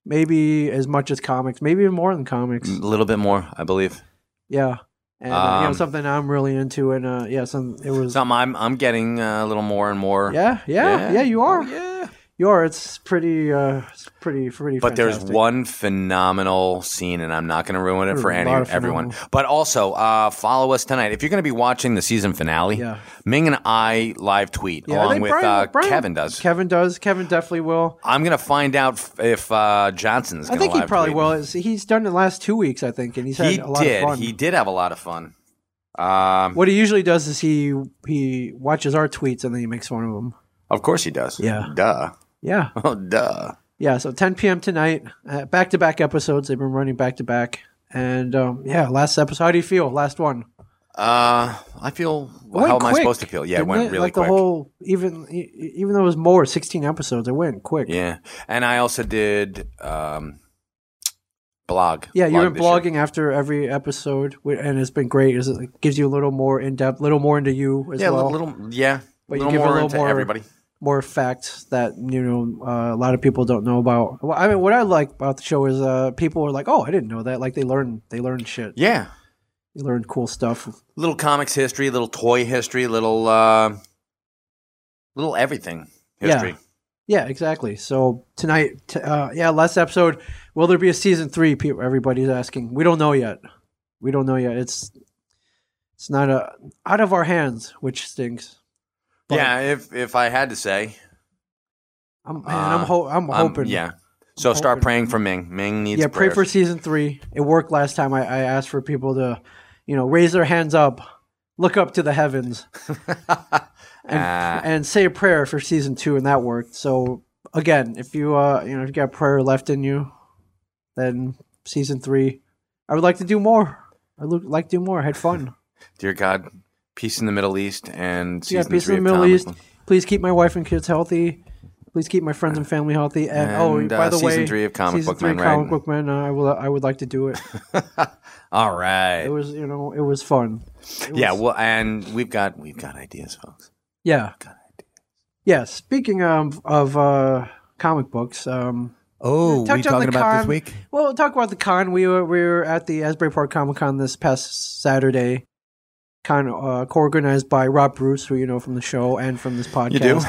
maybe as much as comics maybe even more than comics A little bit more, I believe. yeah and uh, you know Mm. Um, something i'm really into and uh, yeah some it was Something I'm I'm getting uh, a little more and more. yeah, yeah yeah you are Oh, Yeah. you are it's pretty uh it's pretty pretty But there's fantastic. one phenomenal scene, and I'm not going to ruin it There's for a any, lot of everyone. phenomenal- But also, uh, follow us tonight. If you're going to be watching the season finale, Yeah. Ming and I live tweet Yeah, I along think with Brian- uh, Brian- Kevin does. kevin does kevin definitely will I'm going to find out f- if uh, Johnson's i going to think he probably tweet. will It's- he's done it the last two weeks i think and he's had He a lot did. of fun He did have a lot of fun. Um, what he usually does is he he watches our tweets and then he makes fun of them Of course he does. Yeah. Duh. yeah Oh, duh. Yeah, so 10 p.m. tonight, back to back episodes. They've been running back to back. And um, yeah, last episode. How do you feel? Last one. Uh, I feel. It went how am I quick, supposed to feel? Yeah, it didn't went really like quick. the whole even e- e- even though it was more 16 episodes, it went quick. Yeah, and I also did um, blog. Yeah, you were Blog this year. blogging after every episode, wi- and it's been great. It's- It gives you a little more in depth, little more into you as Yeah, a well, little, little- yeah, But you little give a more little into more- everybody. more facts that you know uh, a lot of people don't know about. Well, I mean, what I like about the show is uh, people are like, "Oh, I didn't know that." Like they learn, they learn shit, Yeah, they learn cool stuff. little comics history, little toy history, little, uh, little everything Yeah. history. Yeah, exactly. So tonight, t- uh, yeah, last episode, will there be a season three? People, everybody's asking. We don't know yet. We don't know yet. It's it's not a out of our hands, which stinks. Yeah, if if I had to say, I'm man, I'm ho- I'm um, hoping. yeah. So start hoping. praying for Ming. Ming needs yeah. Pray for prayers. season three. It worked last time. I, I asked for people to, you know, raise their hands up, look up to the heavens, and Ah. and say a prayer for season two, and that worked. So again, if you uh you know if you got prayer left in you, then season three, I would like to do more. I would like to do more. I had fun. Dear God, peace in the Middle East and yeah, season peace three in the Middle of East. Tom. Please keep my wife and kids healthy. Please keep my friends and family healthy. And, oh, And, uh, by the season way, three of Comic season Book three Man, of right? Comic Book Man. Uh, I will. I would like to do it. All It right. was you know it was fun. Yeah. Well, and we've got we've got ideas, folks. Yeah. Yeah. Speaking um, of uh, comic books, um, Oh, touch on the con. Well, we'll talk about the con. We were we were at the Asbury Park Comic Con this past Saturday. Con uh, co-organized by Rob Bruce, who you know from the show and from this podcast. You do.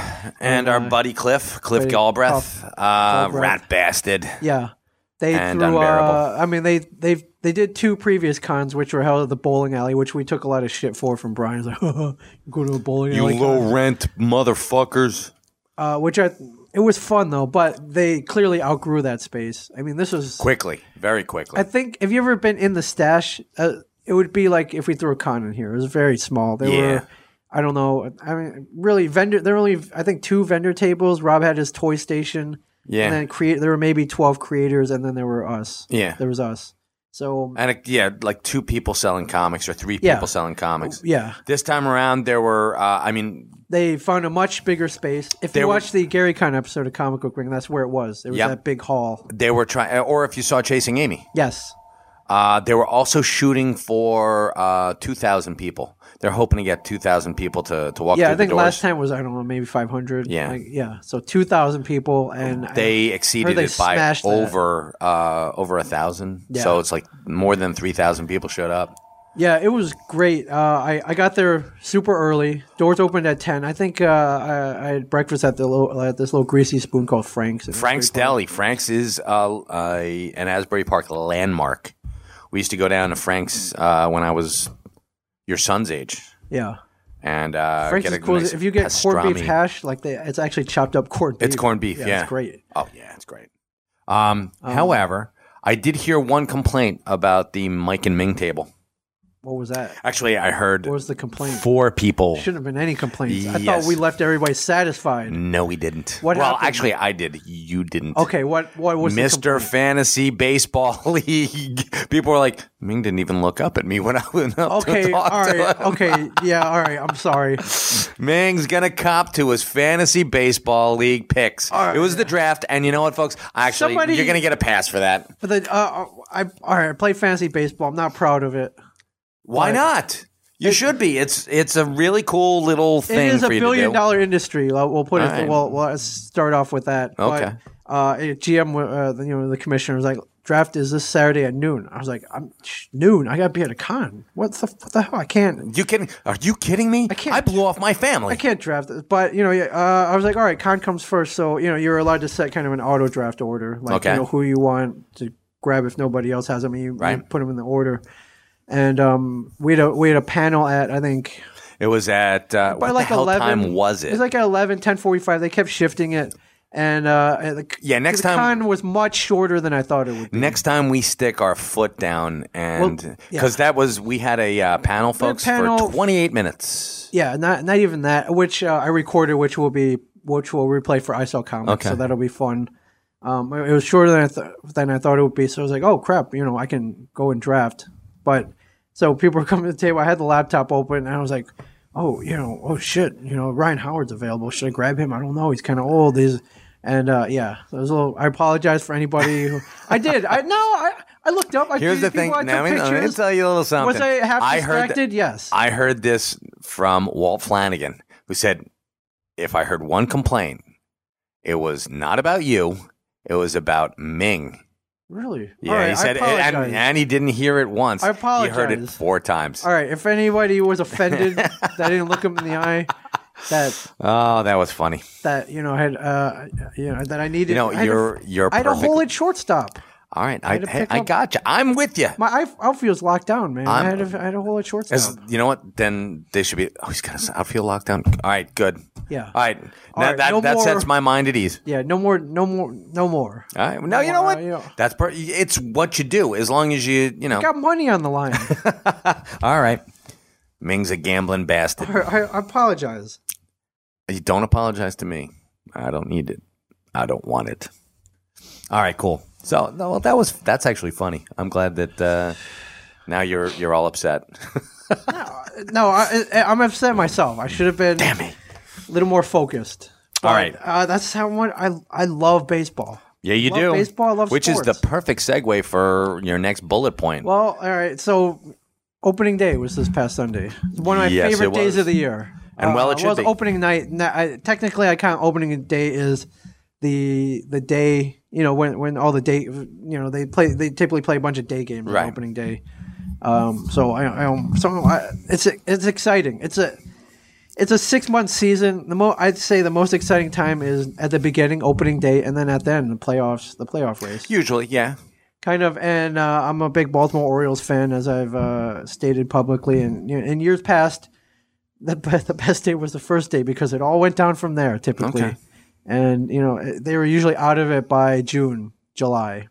And our buddy Cliff, Cliff Buddy Galbraith, uh, Galbraith. rat bastard. Yeah. They And threw. Uh, unbearable. I mean, they they they did two previous cons, which were held at the bowling alley, which we took a lot of shit for from Brian's like, you go to a bowling alley. con?" rent motherfuckers. Uh, which I it was fun though, but they clearly outgrew that space. I mean, this was Quickly, very quickly. I think have you ever been in the stash? Uh, it would be like if we threw a con in here. It was very small. There Yeah. were, I don't know. I mean, really vendor. There were only I think two vendor tables. Rob had his toy station. Yeah. And then create. There were maybe twelve creators, and then there were us. Yeah. There was us. So um, and it, yeah, like two people selling comics or three Yeah. people selling comics. yeah, This time around, there were, uh, I mean, they found a much bigger space. If There you were- watch the Gary Con episode of Comic Book Ring, that's where it was. It was Yep. that big hall. they were trying, or if you saw Chasing Amy, Yes. Uh, they were also shooting for uh, 2,000 people. They're hoping to get 2,000 people to, to walk Yeah, through I think the doors. last time was I don't know maybe 500. Yeah. like, yeah. So 2,000 people, and I- they exceeded they it by smashed that. over uh, over a thousand. Yeah. So it's like more than 3,000 people showed up. yeah, it was great. Uh, I I got there super early. Doors opened at 10. I think uh, I, I had breakfast at the little, at this little greasy spoon called Frank's. and it was Frank's pretty fun. Deli. Frank's is uh, a, an Asbury Park landmark. We used to go down to Frank's uh, when I was your son's age. Yeah, And uh, Frank's get is a cool. nice if you get corned beef pastrami. hash, like they, it's actually chopped up corned beef. It's corned beef. Yeah, it's great. Oh yeah, it's great. Um, however, I did hear one complaint about the Mike and Ming table. What was that? Actually, I heard What was the complaint? four people. Shouldn't have been any complaints. I Yes. thought we left everybody satisfied. No, we didn't. What well, happened? actually, I did. You didn't. Okay, what what was the Mr. complaint? Fantasy Baseball League. People were like, Ming didn't even look up at me when I went up to Okay, all talk to him. right, okay, yeah, all right. I'm sorry. Ming's gonna cop to his fantasy baseball league picks. All right. It was the draft, and you know what, folks? Actually, Somebody- you're gonna get a pass for that. But then, uh, I all right. I play fantasy baseball. I'm not proud of it. Why not? You should be. It's it's a really cool little It thing is a for you to billion do. dollar industry. Like, We'll put it. All right. We'll, we'll start off with that. Okay. But, uh, it- GM, uh, the, you know, the commissioner was like, "Draft is this Saturday at noon." I was like, "I'm sh- noon. I gotta be at a con. What the what the hell? I can't. You kidding? Are you kidding me? I can't- I blew off my family. I can't draft." it. But you know, yeah, uh, I was like, "All right, con comes first, so you know, you're allowed to set kind of an auto draft order, like Okay. you know who you want to grab if nobody else has them. and You, you Right. put them in the order." And um, we had a we had a panel at I think It was at uh, by what like the hell 11 time was it? it was like at 11 10:45 they kept shifting it and uh and the, Yeah, next the time- con was much shorter than i thought it would be Next time we stick our foot down, and Well, yeah. because that was we had a uh, panel, folks, panel- for 28 minutes. yeah not not even that which uh, i recorded which will be which will replay for isol comics Okay. so that'll be fun um it was shorter than i th- than i thought it would be so i was like oh crap you know i can go and draft but so people were coming to the table i had the laptop open and i was like oh you know oh shit you know ryan howard's available should i grab him i don't know he's kind of old he's and uh, yeah, so it was a little, I apologize for anybody who I did. I no, I, I looked up. I Here's see the people, thing. I took Now, I'm going to pictures. tell you a little something. Was I half I heard distracted? th- yes. I heard this from Walt Flanagan, who said, "If I heard one complaint, it was not about you. It was about Ming." really? Yeah, All right, he said, "Eh, I apologize. and, and he didn't hear it once. I He heard it apologize. four times. All right, if anybody was offended that I didn't look him in the eye, that Oh, that was funny. that you know I had uh you know that I needed. You know, I had a- you're you're I had a perfect. hole at shortstop. All right, I had to hey, pick I up- got you. I'm with you. My eye- outfield's locked down, man. I I'm- had a, I had a hole at shortstop. As, you know what? Then they should be. Oh, he's got an outfield lockdown. All right, good. Yeah. All right. Now, All right, that no that more- sets my mind at ease. yeah, no more, no more, no more. All right. No, you know more, what? uh, you know. That's per- it's what you do. As long as you you know. Got money on the line. All right. Ming's a gambling bastard. I, I apologize. You don't apologize to me. I don't need it. I don't want it. All right, cool. So no, well, that was that's actually funny. I'm glad that uh, now you're you're all upset. No, I, I- I'm upset myself. I should have been Damn it. a little more focused. All right. uh, that's how much I I love baseball. Yeah, you Love do. baseball, I love Which is sports. the perfect segue for your next bullet point. Well, all right. So, opening day was this past Sunday. It's One of my Yes, it favorite was. days of the year. And well, it should was be. opening night. Na- I, technically, I count opening day is the the day you know when when all the day you know they play they typically play a bunch of day games Right. on opening day. Um, so I, I um, so I, it's it's exciting. It's a it's a six month season. The mo I'd say the most exciting time is at the beginning, opening day, and then at the end, the playoffs, the playoff race Usually, yeah. kind of and uh, i'm a big baltimore orioles fan as i've uh, stated publicly and you know, in years past the, be- the best day was the first day because it all went down from there typically Okay. and you know eh, they were usually out of it by june july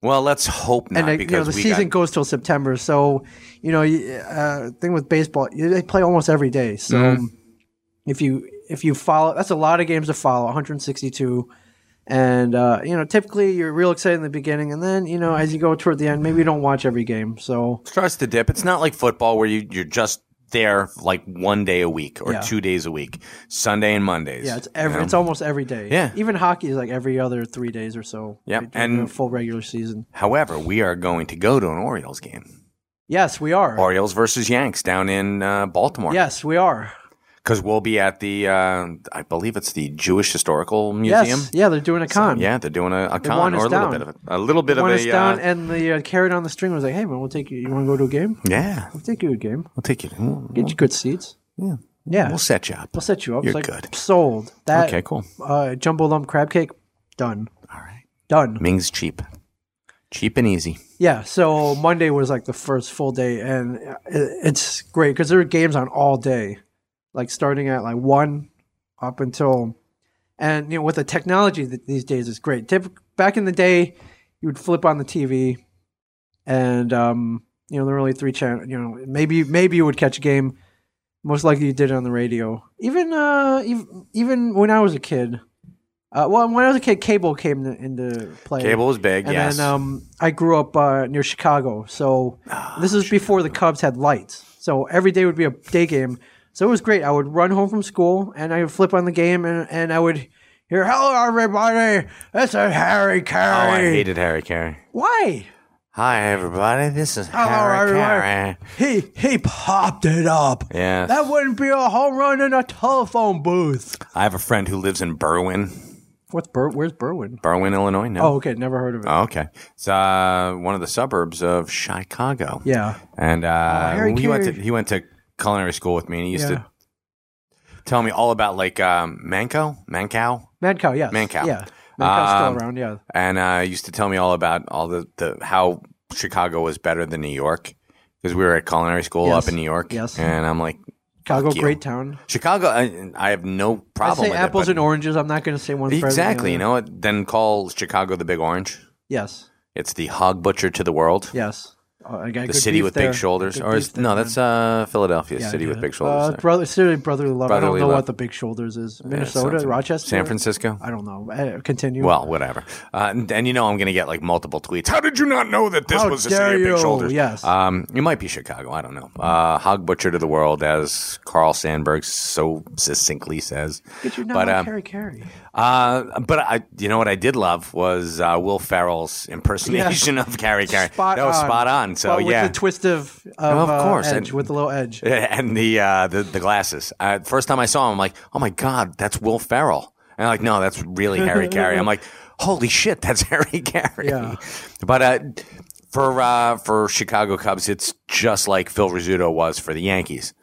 Well, let's hope not and they- because you know the we season got, goes till september so you know you- uh, thing with baseball you- they play almost every day so Mm-hmm. if you if you follow that's a lot of games to follow 162 and uh, you know typically you're real excited in the beginning and then you know as you go toward the end maybe you don't watch every game so trust the dip. It's not like football where you you're just there like one day a week or Yeah. two days a week, Sunday and Mondays. Yeah, it's every. you know? It's almost every day. Yeah. Even hockey is like every other three days or so. Yep, They do it in and- full regular season. However, we are going to go to an Orioles game. Yes, we are. Orioles versus Yanks down in uh, Baltimore. Yes, we are. because we'll be at the uh, I believe it's the Jewish Historical Museum. Yes. Yeah, they're doing a con. Yeah, they're doing a, a one con is or a little down. bit of it. A little bit When of it's a down, uh, and the uh, carried on the string was like, "Hey man, we'll take you. You want to go to a game? yeah. We'll take you to a game. We'll take you. We'll, Get you good seats. yeah, Yeah, we'll we'll, set you up. set you up. You're it's like, good. Sold. That Okay, cool. uh, jumbo lump crab cake. Done. All right, Done. Ming's cheap, cheap and easy. Yeah, so Monday was like the first full day, and it- it's great because there are games on all day, like starting at like one up until, and you know with the technology that these days is great. Typ back in the day, you would flip on the TV, and um, you know there were only three channels. You know maybe maybe you would catch a game. Most likely you did it on the radio. Even uh even, even when I was a kid, uh, well when I was a kid, cable came into- into play. Cable is big. And yes. then um, I grew up uh, near Chicago, so Ah, this is before the Cubs had lights. So every day would be a day game. So it was great. I would run home from school and I would flip on the game and, and I would hear, "Hello, everybody! This is Harry oh, I Carey." hated Harry Carey. Why? Hi everybody, this is Hello, Harry everyone. Carey. He he popped it up. Yeah, That wouldn't be a home run in a telephone booth. I have a friend who lives in Berwyn, What's Bur- Where's Berwyn? Berwyn, Illinois. No. Oh, okay, never heard of it. Oh, okay. It's uh, one of the suburbs of Chicago. yeah, And uh, Oh, Harry he went to Carey. he went to culinary school with me, and he used Yeah. to tell me all about like um, manco, mancow, Mad Cow. Yes, Man Cow. Yeah, Mad Cow's Um, still around. Yeah, and uh, he used to tell me all about all the, the how Chicago was better than New York because we were at culinary school Yes. up in New York. Yes. and I'm like Chicago, you. great town. Chicago. I, I have no I problem say with apples it, and oranges. I'm not going to say one. but- better than the exactly. You other. know, what? then call Chicago the Big Orange. Yes. It's the hog butcher to the world. Yes. Uh, I got The good city beef with there. big shoulders, Good or beef is, there, no? man. That's uh, Philadelphia, Yeah, I city do with it. big shoulders. Uh, there. brother, city brotherly love. I Brotherly don't know love. what the big shoulders is. Yeah, Minnesota, something. Rochester, San Francisco. I don't know. Eh, Continue. Well, whatever. Uh, and, and you know I'm going to get like multiple tweets. How did you not know that this How was a dare city of you? big shoulders? Yes. Um, it might be Chicago. I don't know. Uh, hog butcher to the world, as Carl Sandburg so succinctly says. Get your but, but, um, Carry, carry. Uh, but I, you know what I did love was uh, Will Farrell's impersonation of Carrie Carrie. that was spot on. So But yeah. Oh, with the twist of, of, of uh, course, edge, and- with the little edge. and the uh, the, the glasses. Uh, first time I saw him, I'm like, oh my god, that's Will Ferrell. And I'm like, no, that's really Harry Carey. I'm like, holy shit, that's Harry Carey. Yeah. But uh, for uh, for Chicago Cubs, it's just like Phil Rizzuto was for the Yankees.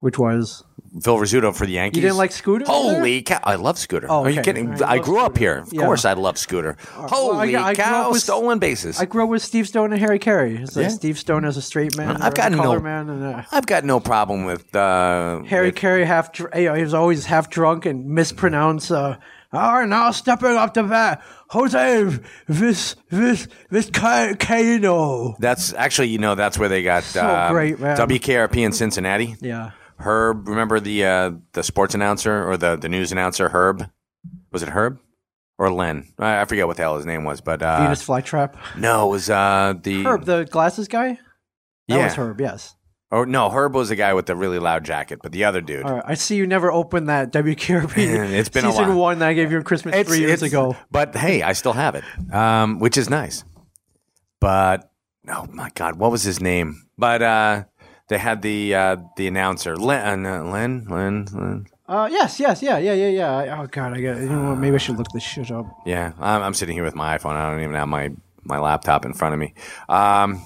Which was Phil Rizzuto for the Yankees. you didn't like Scooter? Holy cow! I love Scooter. Oh, Are you okay. kidding? I I, love grew up Scooter. here. Of Yeah. course, I love Scooter. Well, I- Holy I grew cow! up with- stolen bases. I grew up with Steve Stone and Harry Carey. It's like Yeah. Steve Stone as a straight man. or I've a gotten color no- man and a, I've got no problem with uh, Harry with- Carey half dr- you know, he was always half drunk and mispronounce uh all right now stepping up to bat Jose Vis Vis Vizcaino. That's actually, you know, that's where they got um, great, man. WKRP in Cincinnati. Yeah. Herb, remember the uh, the sports announcer or the, the news announcer, Herb? Was it Herb or Len? I, I forget what the hell his name was, but uh, Venus flytrap. no, it was uh, the Herb, the glasses guy? That yeah, was Herb, yes. or no, Herb was the guy with the really loud jacket, but the other dude. All right. I see you never opened that WKRP It's been a season while. one that I gave you on Christmas It's- three years it's- ago. But hey, I still have it, um, which is nice. But oh my god, what was his name? But uh, they had the uh, the announcer Len, uh, Len, Len, Len. Uh yes, yes, yeah, yeah, yeah, yeah. I- Oh god, I got you know what, maybe I should look this shit up. Yeah, I'm, I'm sitting here with my iPhone. I don't even have my my laptop in front of me. Um,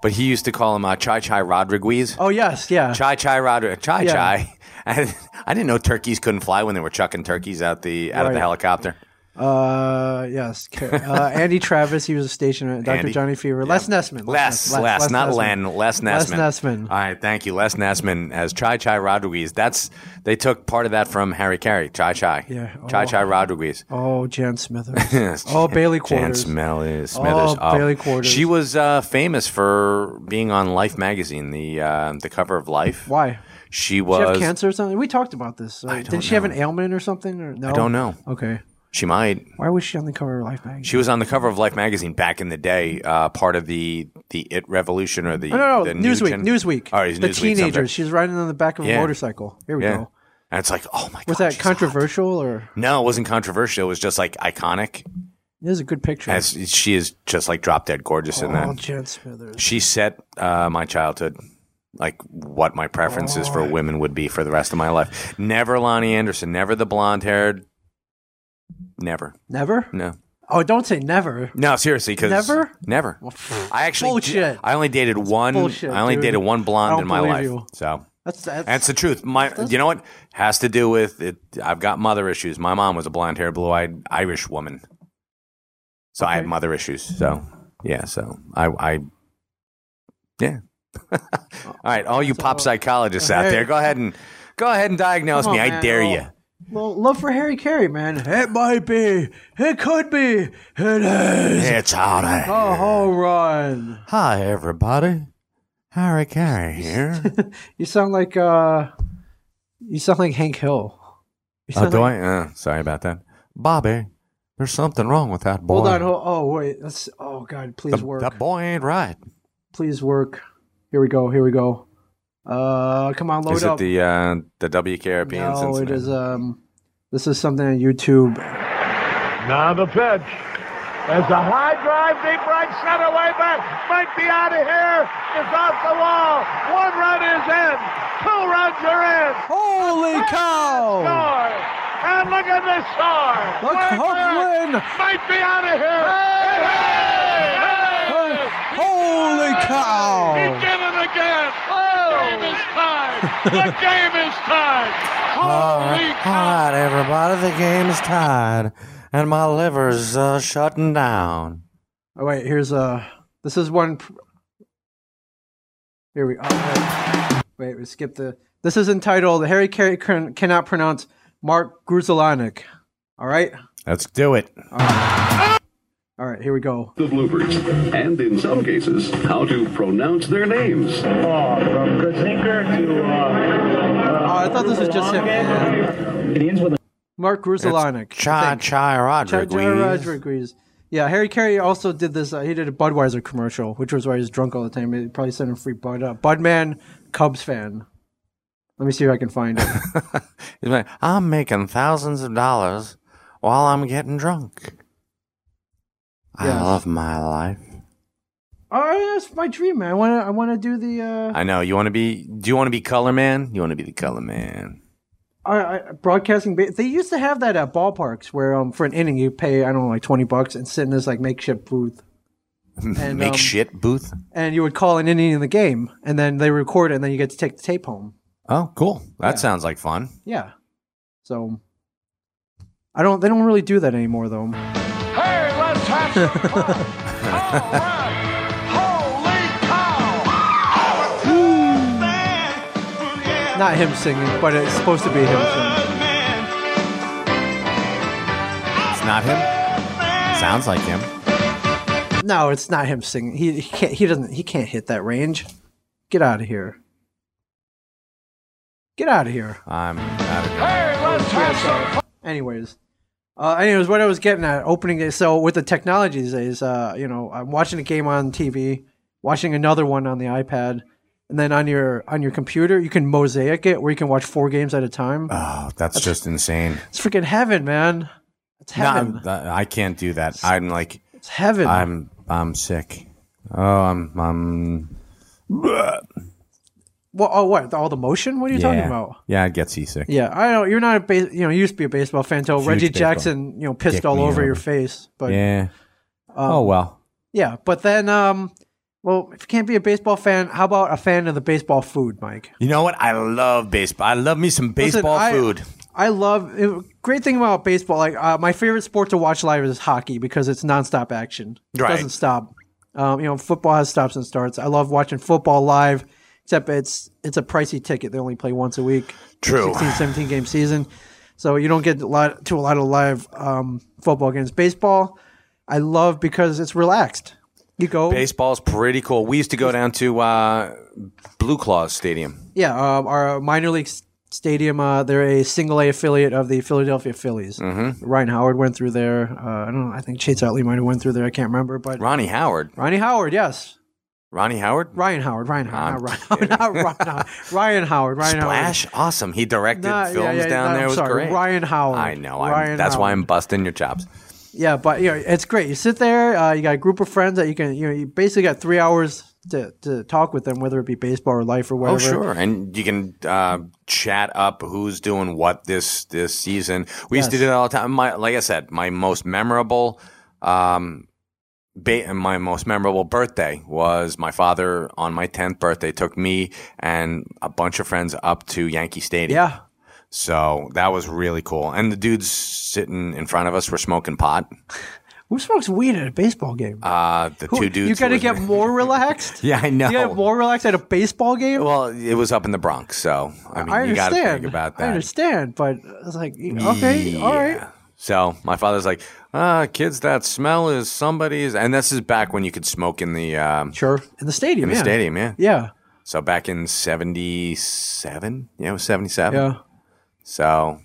but he used to call him uh, Chai Chai Rodriguez. Oh yes, yeah. Chai Chai Rodriguez. Chai Yeah. Chai. I, I didn't know turkeys couldn't fly when they were chucking turkeys out the out of the Right. helicopter. Uh yes, Ca- uh, Andy Travis. He was a stationer at Dr. Andy? Johnny Fever. Les Nessman. Les, Les, Ness- not Nessman. Len, Les Nessman. Nessman. All right, thank you, Les Nessman as Chai Chai Rodriguez. That's they took part of that from Harry Carey. Chai Chai. Yeah, Chai oh. Chai Rodriguez. Oh, Jan Smithers. Oh, Bailey Jan Quarters. Smithers. Smithers. Oh, Bailey Quarters. She was uh, famous for being on Life magazine, the uh, the cover of Life. Why? Did She she was. have cancer or something? We talked about this. Uh, I don't did she have an ailment or something? Or no? I don't know. Okay. She might. Why was she on the cover of Life magazine? She was on the cover of Life magazine back in the day, uh, part of the the It Revolution or the no, Oh, no, no. the Newsweek. Newgen- Newsweek. All right, it's the Newsweek teenager. something. She's riding on the back of a Yeah. motorcycle. Here we Yeah. go. And it's like, oh my god, Was that she's hot. controversial or? No, it wasn't controversial. It was just like iconic. There's a good picture. As she is just like drop dead gorgeous in All that. Jen Smithers. She set uh, my childhood, like what my preferences for women would be for the rest of my life. Never Lonnie Anderson. Never the blonde haired. Never. Never. No. Oh, don't say never. No, seriously, because Never? never. I actually, Bullshit. I only dated one. bullshit, I only dude. dated one I blonde don't in my believe life. you. So That's that's. that's the truth. My, you know what has to do with it? I've got mother issues. My mom was a blonde haired, blue eyed Irish woman, so I had Okay. mother issues. So yeah, so I, I yeah. Oh, all right, all you pop psychologists out Hey. there, go ahead and go ahead and diagnose Come me. on, I man. dare Oh. you. well, love for Harry Carey, man. It might be. It could be. It is. Oh, It's all right. A home run. Hi, everybody. Harry Carey here. You sound like uh, you sound like Hank Hill. You Oh, sound do like- I? Uh, sorry about that. Bobby, there's something wrong with that boy. Hold on. Hold, oh wait. That's. Oh God. Please work. That boy ain't right. please work. Here we go. Here we go. Uh, come on, load is up. it the uh, the WKRP in no, it Cincinnati? is. Um, this is something on YouTube. Now the pitch. There's a high drive, deep right center way back. Might be out of here. It's off the wall. One run is in. Two runs are in. Holy cow! Score. And look at this score. Look, Way back. Hufflin! Might be out of here. Hey, hey, hey. Holy He cow! did it again. The game is tied. The game is tied. Holy cow. everybody, the game's tied, and my liver's uh, shutting down. Oh wait, here's uh, this is one. pr- Here we. Oh, wait. wait, we skipped the. This is entitled "Harry Carey can, cannot pronounce Mark Gruzelanik." All right, Let's do it. all right. Here we go. Oh, the bloopers, and in some cases, how to pronounce their names. from Kuzinker to uh, Oh, I thought this was just him. Yeah. Indians with Mark Gruzelanik. Chai Chai Rodriguez. Jerry Rodriguez. Yeah, Harry Carey also did this. Uh, he did a Budweiser commercial, which was why he was drunk all the time. It probably sent him free Bud. Uh, Budman, Cubs fan. Let me see if I can find it. He's like, I'm making thousands of dollars while I'm getting drunk. I Yes. love my life. oh, that's my dream, man. I want to. I want to do the. Uh, I know. You want to be? Do you want to be color man? You want to be the color man? I, I, broadcasting. ba- They used to have that at ballparks where, um, for an inning, you pay I don't know, like twenty bucks, and sit in this like makeshift booth, And, Make um, shit booth. and you would call an inning in the game, and then they record it, and then you get to take the tape home. Oh, cool. That sounds like fun. Yeah. So. I don't. They don't really do that anymore, though. Hey, let's have some fun. All right. Holy cow. Not him singing, but it's supposed to be him singing. It's not him. Sounds like him. No, it's not him singing. He, he can't. He doesn't. He can't hit that range. Get out of here. Get out of here. I'm out of here. Hey, let's have some fun. Anyways, uh, anyways, what I was getting at opening it. So with the technology these days, uh, you know, I'm watching a game on TV, watching another one on the iPad, and then on your on your computer, you can mosaic it where you can watch four games at a time. Oh, that's just insane. It's freaking heaven, man. It's No, heaven. I'm- uh, I can't do that. I'm like, it's heaven. I'm, I'm sick. Oh, I'm, I'm. Bleh. What- oh, what? All the motion? What are you talking Yeah. about? Yeah, I'd get seasick. Yeah, I know you're not a base, you know you used to be a baseball fan until Reggie baseball. Jackson you know pissed Dick all me over over. your face. But yeah. Um, Yeah. oh well. but then um, well if you can't be a baseball fan, how about a fan of the baseball food, Mike? You know what? I love baseball. I love me some Listen, baseball I- food. I love it, great thing about baseball. Like uh, my favorite sport to watch live is hockey because it's nonstop action. It Right. doesn't stop. Um, you know football has stops and starts. I love watching football live, except it's it's a pricey ticket. They only play once a week. True. 16, 17 game season. So you don't get a lot to a lot of live um, football games. Baseball, I love because it's relaxed. You go, Baseball's pretty cool. We used to go down to uh, Blue Claws Stadium. yeah. Um, our minor league s- Stadium. Uh, they're a single A affiliate of the Philadelphia Phillies. Mm-hmm. Ryan Howard went through there. Uh, I don't know. I think Chase Utley might have went through there. I can't remember. But Ronnie Howard. Ronnie Howard, yes. Ronnie Howard. Ryan Howard. Ryan Howard. Not I'm Ryan, Howard not Ryan Howard. Ryan Howard. Ryan Howard. Splash, awesome. He directed Nah, yeah, films yeah, down nah, there. I'm It was sorry, great. Ryan Howard. I know. I'm- Ryan that's why Howard. I'm busting your chops. Yeah, but you know, it's great. You sit there, uh, you got a group of friends that you can, you know, you basically got three hours to, to talk with them, whether it be baseball or life or whatever. Oh, sure. And you can uh, chat up who's doing what this this season. We used to Yes. do that all the time. My, like I said, my most memorable. Um, ba- my most memorable birthday was my father on my 10th birthday took me and a bunch of friends up to Yankee Stadium. Yeah. So that was really cool. And the dudes sitting in front of us were smoking pot. Who smokes weed at a baseball game? Uh, the Who- two dudes. you who gotta was- get more relaxed. Yeah, I know. You gotta get more relaxed at a baseball game. well, it was up in the Bronx, so I mean, I you got understand. to think about that. I understand, but it's like okay, all right. Yeah. So my father's like, ah, kids, that smell is somebody's, and this is back when you could smoke in the um, Sure. In the stadium. in the yeah. stadium, yeah. Yeah. So back in '77, yeah, it was '77. Yeah. So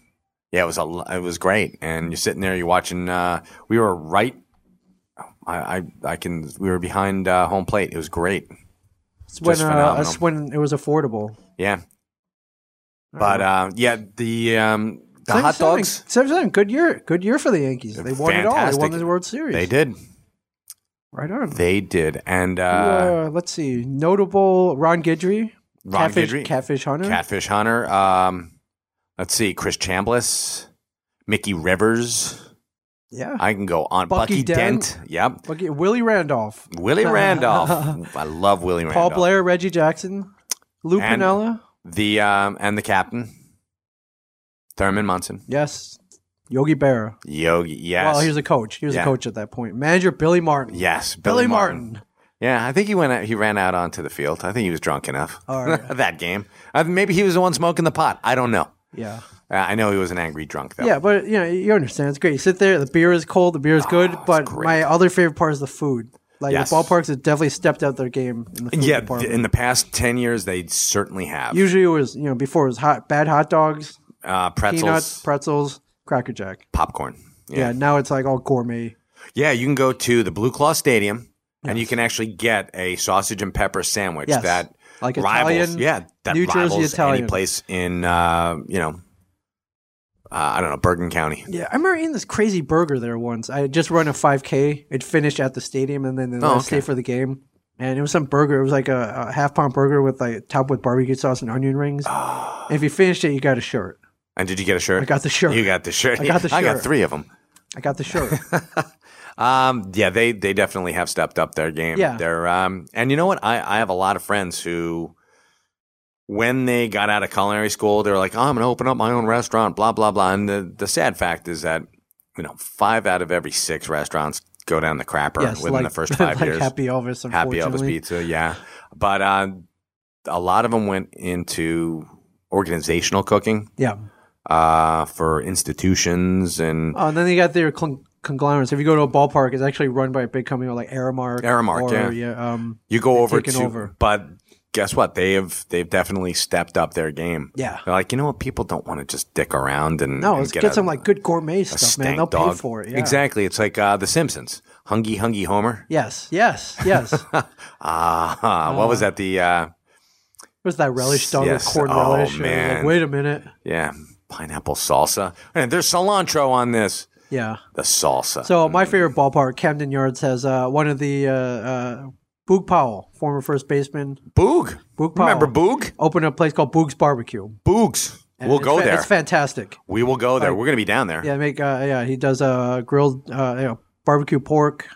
yeah, it was a l- it was great, and you're sitting there, you're watching. Uh, we were right. I, I I can. We were behind uh, home plate. It was great. It's when Just uh, phenomenal. us when it was affordable. Yeah. But uh, yeah, the um, the hot 77, dogs. 77, good year. Good year for the Yankees. They won it all. They won Fantastic. the World Series. They did. Right on. They did. And uh, uh, let's see. Notable Ron Guidry. Ron Catfish, Guidry. Catfish Hunter. Catfish Hunter. Um, let's see, Chris Chambliss, Mickey Rivers. yeah. I can go on. Bucky Bucky, Dent. Dent. Yep. Look at Willie Randolph. Willie Randolph. I love Willie Paul Randolph. Blair, Reggie Jackson, Lou And- Pinella. The um, and the captain, Thurman Munson. Yes. Yogi Berra. Yogi. Yes. Well, he was a coach. He was a Yeah. coach at that point. Manager Billy Martin. yes. Billy, Martin. Yeah, I think he went. Out, he ran out onto the field. I think he was drunk enough. All right. that game. Uh, maybe he was the one smoking the pot. I don't know. Yeah. Uh, I know he was an angry drunk though. Yeah, but you know, you understand. It's great. You sit there. The beer is cold. The beer is good. But Oh, great. my other favorite part is the food. Like Yes. the ballparks have definitely stepped out their game in the food Yeah. th- department. in the past ten years, they certainly have. Usually it was you know before it was hot bad hot dogs, uh, pretzels, peanuts, pretzels, cracker jack. popcorn. Yeah. now it's like all gourmet. Yeah, you can go to the Blue Claw Stadium and you can actually get a sausage and pepper sandwich Yes. that Like rivals, Italian, yeah, that New Jersey rivals Italian. any place in uh, you know, uh, I don't know, Bergen County. Yeah, I remember eating this crazy burger there once. I had just run a 5K. It finished at the stadium, and then the Oh, last okay. day for the game. And it was some burger. It was like a, a half pound burger with like topped with barbecue sauce and onion rings. and if you finished it, you got a shirt. And did you get a shirt? I got the shirt. Ah. You got the shirt. I got the I got shirt. three of them. I got the shirt. Um, yeah, they they definitely have stepped up their game. Yeah. They're um, and you know what? I I have a lot of friends who, when they got out of culinary school, they were like, oh, I'm going to open up my own restaurant. Blah blah blah. And the the sad fact is that you know five out of every six restaurants go down the crapper yes, within like, the first five like years. Happy Elvis, Happy unfortunately. Elvis Pizza, yeah. But uh, a lot of them went into organizational cooking Yeah. uh, for institutions and Oh, and then they got their con- conglomerates. If you go to a ballpark, it's actually run by a big company like Aramark. Aramark, or, yeah. um, You go over taken to, over. but guess what? They have they've definitely stepped up their game. Yeah. they're like, you know what? People don't want to just dick around and no, and let's get, a- some like good gourmet a stuff, man. stank They'll dog. pay for it. Yeah. Exactly. It's like uh, the Simpsons, Hungy Hungy Homer. Yes, yes, yes. Ah, what Uh-huh. was that? The uh, Where's that relish dog Yes. with corn Oh, relish? And you're Like, man. Wait a minute. yeah pineapple salsa. And there's cilantro on this. Yeah. The salsa. So my favorite ballpark, Camden Yards, has uh, one of the uh, uh, Boog Powell, former first baseman, Boog. Boog Powell. Remember Boog? opened a place called Boog's Barbecue. Boogs. And we'll it's go fa- there. It's fantastic. we will go there. We're gonna be down there. Yeah, make uh, yeah. He does uh, grilled uh, you know, barbecue pork,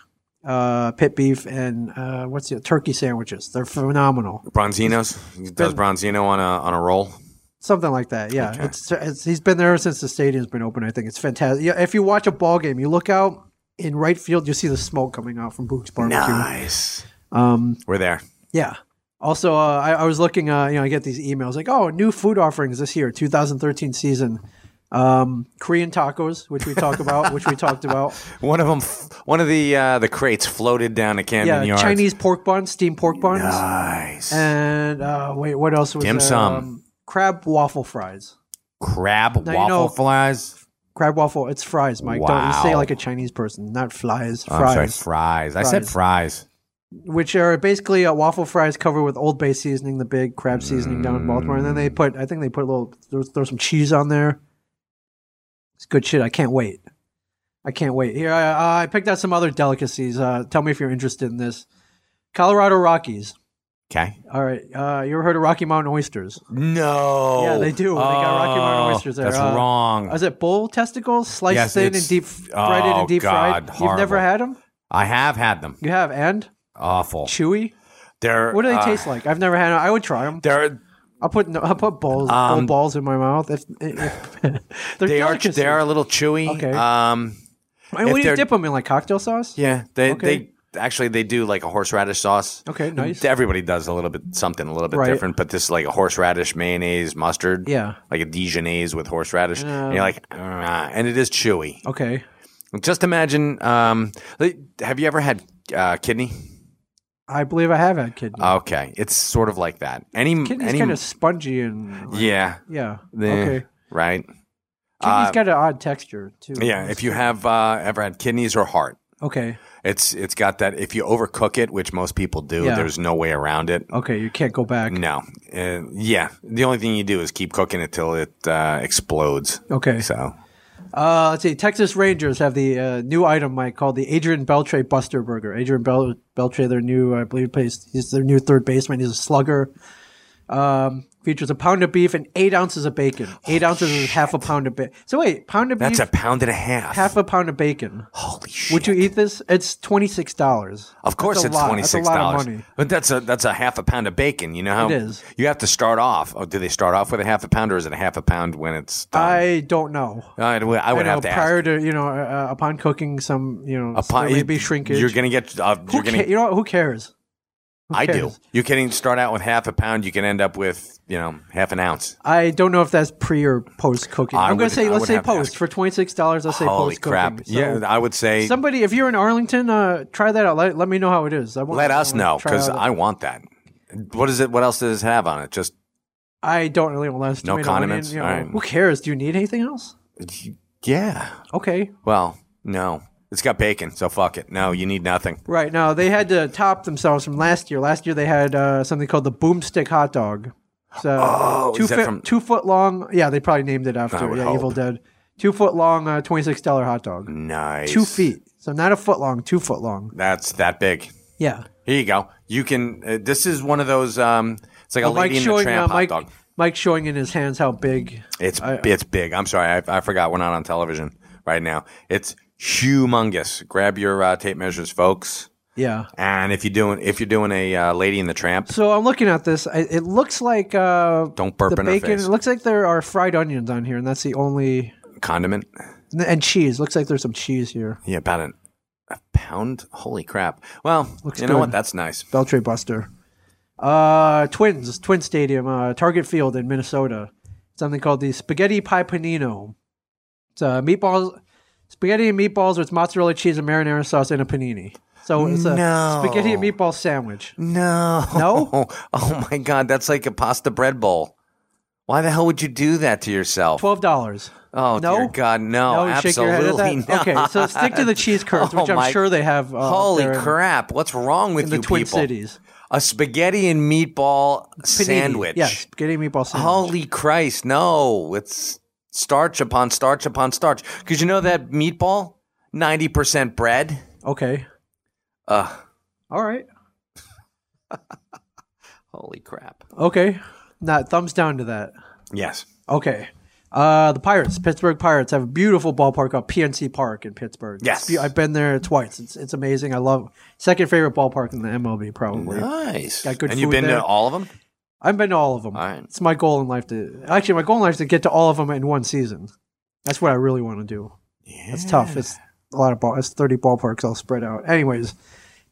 uh, pit beef, and uh, what's the turkey sandwiches. They're phenomenal. Bronzino's does Bronzino on a on a roll. Something like that. Yeah, it's, it's he's been there ever since the stadium's been open. I think it's fantastic. Yeah, if you watch a ball game, you look out in right field, you see the smoke coming out from Boog's Barbecue. Nice. Um, We're there. yeah. Also, uh, I, I was looking. Uh, you know, I get these emails like, "Oh, new food offerings this year, 2013 season." Um, Korean tacos, which we talk about, which we talked about. One of them, one of the uh, the crates floated down to Camden Yeah, Yards. Chinese pork buns, steamed pork buns, Nice. and uh, wait, what else was Dim there? sum. Um, crab waffle fries. Crab Now, you waffle know- flies. Crab waffle, it's fries, Mike. Don't you say Wow. like a Chinese person, not flies, Oh, I'm sorry, fries, fries. I said fries. which are basically uh, waffle fries covered with Old Bay seasoning, the big crab seasoning down in Baltimore, and then they put, I think they put a little, throw, throw some cheese on there. It's good shit. I can't wait. I can't wait. Here, I, I picked out some other delicacies. Uh, tell me if you're interested in this. Colorado Rockies. Okay. All right. Uh, you ever heard of Rocky Mountain oysters? No. Yeah, they do. They got Rocky Mountain Oh, oysters there. That's Uh, wrong. Is it bull testicles, sliced Yes, thin it's- and deep fried oh, and deep God, fried? You've horrible. never had them? I have had them. You have and Awful. chewy. They're What do they uh, taste like? I've never had them. I would try them. They're I'll put I'll put balls Um, bull balls in my mouth. If, if, they're they are delicacies. they are a little chewy. Okay. Um, And what do you they're- dip them in? Like cocktail sauce? yeah, they Okay. they actually they do like a horseradish sauce. Okay, nice. Everybody does a little bit something a little bit Right. different, but this is like a horseradish mayonnaise mustard. Yeah. like a Dijonnaise with horseradish. Yeah. And you're like, "Ah," and it is chewy. Okay. Just imagine. Um, like, have you ever had uh, kidney? I believe I have had kidney. Okay, it's sort of like that. Any Kidney's Um, any kind of spongy and like, yeah, yeah. the- okay. right. Kidney's uh, got an odd texture too. Yeah, if you have uh, ever had kidneys or heart, okay, it's it's got that. If you overcook it, which most people do, Yeah. there's no way around it. okay, you can't go back. No, uh, yeah, the only thing you do is keep cooking it till it uh, explodes. Okay. So Uh, let's see. Texas Rangers have the uh, new item, Mike, called the Adrian Beltre Buster Burger. Adrian Bel- Beltre, their new, I believe, plays, he's their new third baseman. He's a slugger. Um, features a pound of beef and eight ounces of bacon. Eight ounces is half a pound of bacon. So wait, pound of Oh, that's a beef, pound and a half. half a pound of bacon. Holy shit! Would you eat this? It's twenty six dollars. Of course, it's twenty That's a six lot of dollars. money. But that's a that's a half a pound of bacon. You know how It is. You have to start off. Oh, do they start off with a half a pound, or is it a half a pound when it's done? I don't know. I'd- I, would Uh, I know, have to prior ask. to you know, uh, upon cooking some, you know, Upon- maybe shrinkage. You're gonna get. Uh, Who you're gonna. ca- you know what? who cares? Who I do. cares? You can start out with half a pound. You can end up with you know half an ounce. I don't know if that's pre or post cooking. I I'm going would- to say I let's would say have to post ask. for twenty six dollars. Let's say Holy post cooking. crap! yeah, I would say Somebody, if you're in Arlington, uh, try that out. Let, let me know how it is. I want, let I us wanna know try because out. I want that. What is it? What else does it have on it? Just I don't really want lettuce. No tomato, onion, condiments? you know, All right. Who cares? Do you need anything else? yeah. Okay. Well, no. It's got bacon, so fuck it. No, you need nothing. Right now, they had to top themselves from last year. Last year, they had uh, something called the Boomstick Hot Dog. So Oh, two is that foot, from- two foot long. Yeah, they probably named it after would yeah, hope. Evil Dead. Two foot long, uh, twenty six dollar hot dog. Nice. Two feet. So not a foot long, two foot long. That's that big. Yeah. Here you go. You can. Uh, this is one of those. Um, it's like a Oh, Mike's lady in the tramp uh, Mike, hot dog. Mike's showing in his hands how big. It's I- it's big. I'm sorry, I, I forgot we're not on television right now. It's humongous. Grab your uh, tape measures, folks. Yeah. And if you're doing if you're doing a uh, lady in the tramp, So I'm looking at this. I, it looks like uh, Don't burp the in her bacon. face. It looks like there are fried onions on here, and that's the only condiment, and cheese. Looks like there's some cheese here. yeah, about an, a pound. Holy crap! Well, Looks you know what? good. That's nice. Beltray Buster. Uh, Twins, Twin Stadium, uh, Target Field in Minnesota. Something called the Spaghetti Pie Panino. It's uh, meatballs, spaghetti and meatballs with mozzarella cheese and marinara sauce and a panini. So it's a No. spaghetti and meatball sandwich. No, No? Oh my god, that's like a pasta bread bowl. Why the hell would you do that to yourself? Twelve dollars. Oh No? dear God, no! no, absolutely shake your head at that. not. Okay, so stick to the cheese curds, which Oh, I'm my- sure they have. Uh, up Holy there in- crap! What's wrong with In you the Twin people? Cities, A spaghetti and meatball Panini. sandwich. Yeah, spaghetti and meatball sandwich. Holy Christ! No, it's starch upon starch upon starch. Because you know that meatball, ninety percent bread. Okay. Ugh. All right. Holy crap! Okay. Not thumbs down to that. Yes. Okay. Uh, the Pirates, Pittsburgh Pirates, have a beautiful ballpark called PNC Park in Pittsburgh. Yes. It's be- I've been there twice. It's it's amazing. I love second favorite ballpark in the MLB probably. Nice. Got good and you've food been there. to all of them. I've been to all of them. All right. It's my goal in life to actually my goal in life is to get to all of them in one season. That's what I really want to do. Yeah. It's tough. It's a lot of ball. It's thirty ballparks all spread out. Anyways,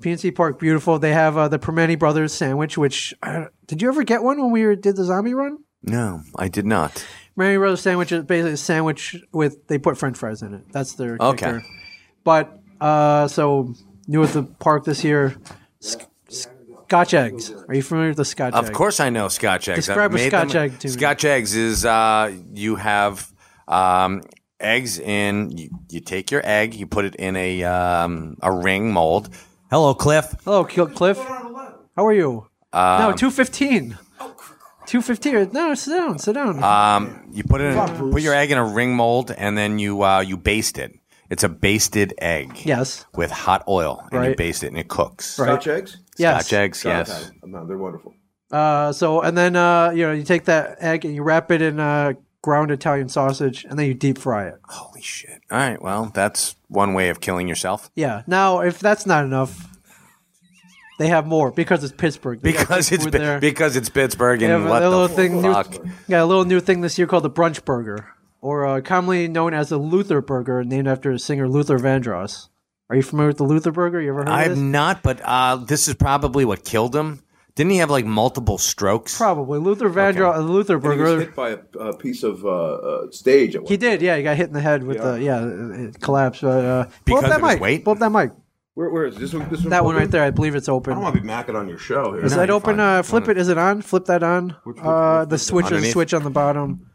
PNC Park, beautiful. They have uh, the Permani Brothers sandwich. Which uh, did you ever get one when we were, did the zombie run? No, I did not. Mary Rose sandwich is basically a sandwich with they put French fries in it. That's their Okay. kicker. But uh, so new at the park this year. S- s- Scotch eggs. Are you familiar with the Scotch egg? Of course, I know Scotch eggs. Describe I've a made Scotch them- egg to me. Scotch eggs is uh, you have um, eggs in. You, you take your egg, you put it in a um, a ring mold. Hello, Cliff. Hello, Cl- Cliff. How are you? Um, no, two fifteen. Two fifteen. No, sit down. Sit down. Um, you put it in, put your egg in a ring mold, and then you uh, you baste it. It's a basted egg. yes. With hot oil, and you Right. baste it, and it cooks. Right. Scotch eggs? Yes. Scotch eggs, yes. No, they're wonderful. Uh, so and then uh, you know you take that egg and you wrap it in uh, ground Italian sausage and then you deep fry it. Holy shit! All right, well, that's one way of killing yourself. Yeah. Now if that's not enough, they have more because it's Pittsburgh. They got Because good it's food Pi- there. because it's Pittsburgh They and have what a little the thing, fuck? New, yeah, a little new thing this year called the brunch burger, or uh, commonly known as the Luther burger, named after singer Luther Vandross. Are you familiar with the Luther burger? You ever heard of I'm this? not, but uh, this is probably what killed him. Didn't he have like multiple strokes? Probably Luther Vandross. The Luther And he was burger. hit by a, a piece of uh, uh, stage at one He did, yeah. He got hit in the head with the yeah, it- it collapsed. But, uh, pull Because up that of his mic. weight? Pull up that mic. Where, where is this one? This one That one right open? there, I believe it's I don't open. want to be macking on your show here. Is No, that you're open? fine. Uh, flip it. Is it on? Flip that on. Uh, the switch is a Underneath? switch on the bottom.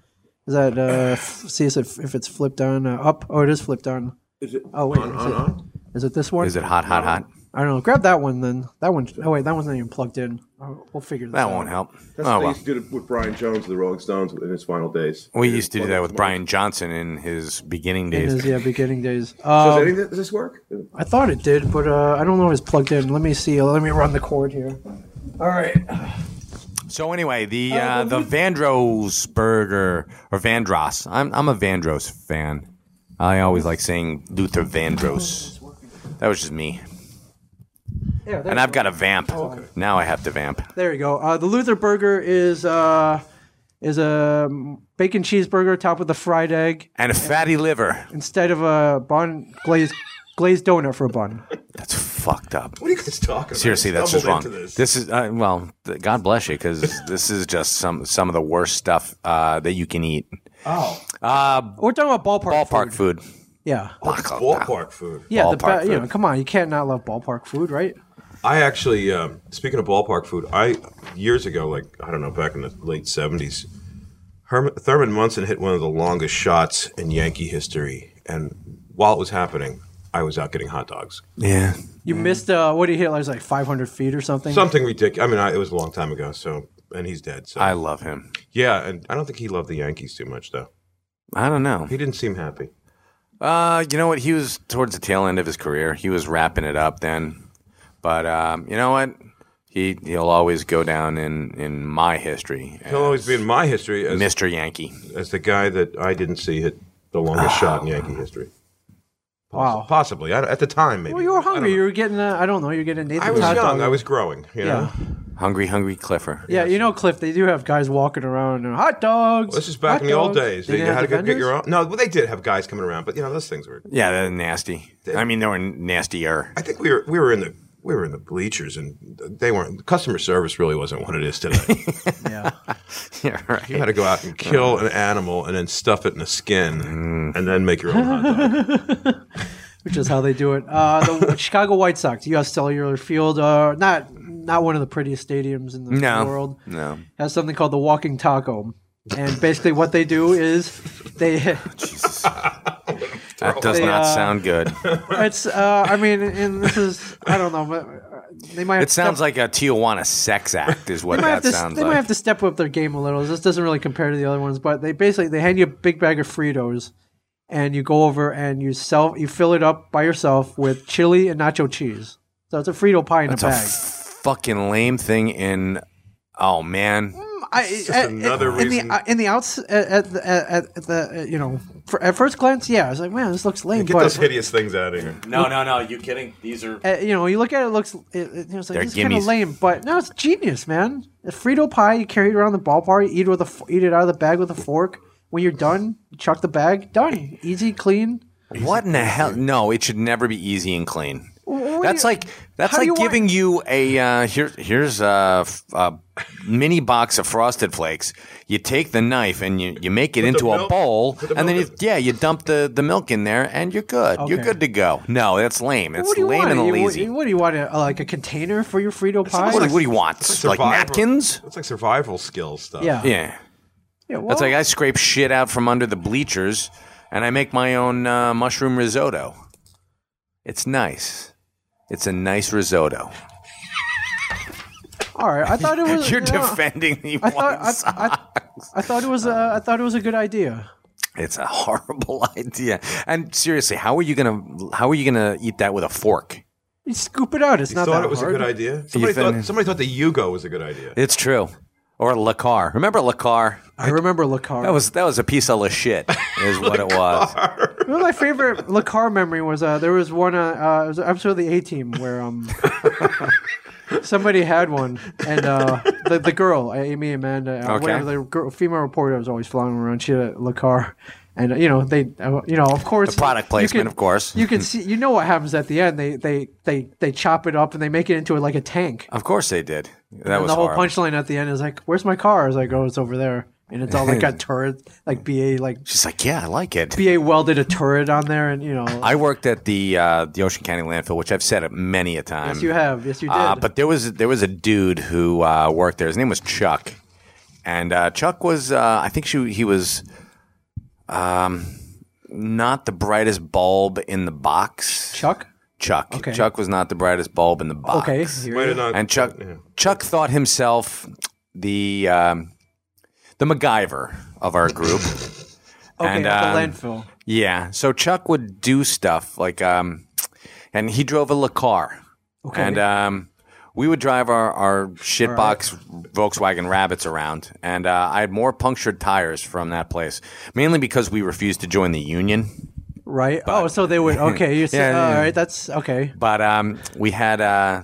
Is that uh, f- see if, if it's flipped on uh, up? Oh, it is flipped on. Is it Oh wait, on, is on, it- on? Is it this one? Is it hot, hot, hot? I don't know. Grab that one then. That one. Oh wait, that one's not even plugged in. Oh, we'll figure this That out. won't help. That's oh what they well. used to do to- with Brian Jones of the Rolling Stones in his final days. We used to do that with Tomorrow. Brian Johnson in his beginning In days. his yeah beginning days. Does, Um, any, does this work? I thought it did, but uh, I don't know if it's plugged in. Let me see. Let me run the cord here. All right. So anyway, the uh, the Vandross burger or Vandross. I'm I'm a Vandross fan. I always like saying Luther Vandross. That was just me. Yeah, there, And I've got a vamp. Now I have to vamp. there you go. Uh, the Luther burger is uh, is a bacon cheeseburger topped with a fried egg And a fatty liver. instead of a bun glazed glazed donut for a bun. That's fucked up. What are you guys talking about? Seriously, I that's just wrong. stumbled into This, This. is uh, well, th- God bless you, because this is just some some of the worst stuff uh, that you can eat. We're talking about ballpark. Ballpark Food. food. Yeah. ballpark food. Yeah. The Ballpark ba- you know, food. come on, you can't not love ballpark food, right? I actually, um, speaking of ballpark food, I years ago, like I don't know, back in the late seventies, Herman, Thurman Munson hit one of the longest shots in Yankee history, and while it was happening, I was out getting hot dogs. Yeah. You missed uh, what did he hit? Like, it was like 500 feet or something. Something ridiculous. I mean, I, it was a long time ago, so and he's dead. So I love him. yeah, and I don't think he loved the Yankees too much though. I don't know. He didn't seem happy. Uh, you know what? He was towards the tail end of his career. He was wrapping it up then. But um, you know what? He he'll always go down in in my history. He'll always be in my history as, Mr. Yankee. as the guy that I didn't see hit the longest shot in Yankee history. Ah. Wow. Possibly I, at the time, maybe. Well, you were I don't hungry. know. You were getting, uh, I don't know, you're getting Nathan's I was hot young. dog. I was growing. You know? yeah. Hungry, hungry Cliffer. Yeah, you know, Cliff, they do have guys walking around and hot dogs. Well, This is back hot in the old dogs." days. They you didn't had to have get, get your defenders? own. No, well, they did have guys coming around, but you know those things were. Yeah, they're nasty. I mean, they were nastier. I think we were we were in the we were in the bleachers, and they weren't. Customer service really wasn't what it is today. Yeah. yeah, you right. had to go out and kill an animal and then stuff it in a skin, Mm. and then make your own hot dog. Which is how they do it. Uh, the Chicago White Sox, U.S. Cellular Field, uh, not not one of the prettiest stadiums in the No. world, No. has something called the Walking Taco. And basically, what they do is they That does They, not uh, sound good. It's. Uh, I mean, and this is. I don't know, but uh, they might. Have It to sounds step, like a Tijuana sex act is what they might that have to. sounds they might like. have to step up their game a little. This doesn't really compare to the other ones, but they basically they hand you a big bag of Fritos, and you go over and you self you fill it up by yourself with chili and nacho cheese. So it's a Frito pie in That's a a bag. fucking lame thing in. Oh man, I- at- another in, reason- the uh, in the outs at, at, the- at, at the uh, you know for, at first glance, yeah, I was like, man, this looks lame, Get but. those hideous things out of here. no, no, no! You kidding? These are uh, you know, you look at it, it looks it, it, it's like They're this kind of gimmies. lame, but no, it's genius, man. A Frito pie, you carry it around the ballpark, you eat it with a f- eat it out of the bag with a fork. When you're done, you chuck the bag. Done, easy, clean. what in the hell? No, it should never be easy and clean. would that's you- like that's how do like you want- giving you a uh, here, here's a, f- a mini box of frosted flakes. You take the knife and you, you make it into a milk- bowl, put the and then you, milk in. yeah, you dump the, the milk in there, and you're good. You're Okay. good to go. No, that's lame. It's What do you lame want? and You- what- lazy. What, do you want? A, like a container for your Frito pie? What, do- what do you want? Like Survival- napkins? It's like survival skill stuff. yeah. Yeah. Yeah, well, That's like I scrape shit out from under the bleachers, and I make my own uh, mushroom risotto. It's nice. It's a nice risotto. all right. I thought it was. You're you know, defending the I one thought side. I, I, I thought it was. Uh, I thought it was a good idea. It's a horrible idea. And seriously, how are you gonna how are you gonna eat that with a fork? You scoop it out. It's You not thought that it was hard. a good idea? Somebody think- thought, somebody thought the Yugo was a good idea. It's true. Or a car. Remember a car? I remember Lacar. That was that was a piece of la shit, is what it was. You know, my favorite Lacar memory was uh, there was one uh, uh, it was an episode of the A Team where um somebody had one and uh, the the girl Amy Amanda uh, Okay. whatever the girl, female reporter was always flying around she had a Lacar and uh, you know they uh, you know of course The product you placement, can- of course. you can see you know what happens at the end they they they they chop it up and they make it into like a tank Of course they did. That and Oh, was the whole horrible. punchline at the end is like where's my car I was like oh it's over there and it's all like a turret like ba like She's like, Yeah, I like it. ba welded a turret on there and you know I worked at the uh, the Ocean County landfill, which I've said it many a time. Yes, you have. Yes, you did. Uh, but there was there was a dude who uh, worked there. His name was Chuck, and uh, Chuck was uh, I think she, he was um, not the brightest bulb in the box. Chuck. Chuck. Okay. Chuck was not the brightest bulb in the box. Okay. Might have not- And Chuck yeah. Chuck thought himself the um, the MacGyver of our group. okay, and, at the um, landfill. Yeah. So Chuck would do stuff like, um, and he drove a LeCar. Okay. And um, we would drive our, our shitbox Volkswagen Rabbits around. And uh, I had more punctured tires from that place, mainly because we refused to join the union. Right. oh, so they would. Okay. You said, yeah, yeah. All right. That's okay. But um, we had. Uh,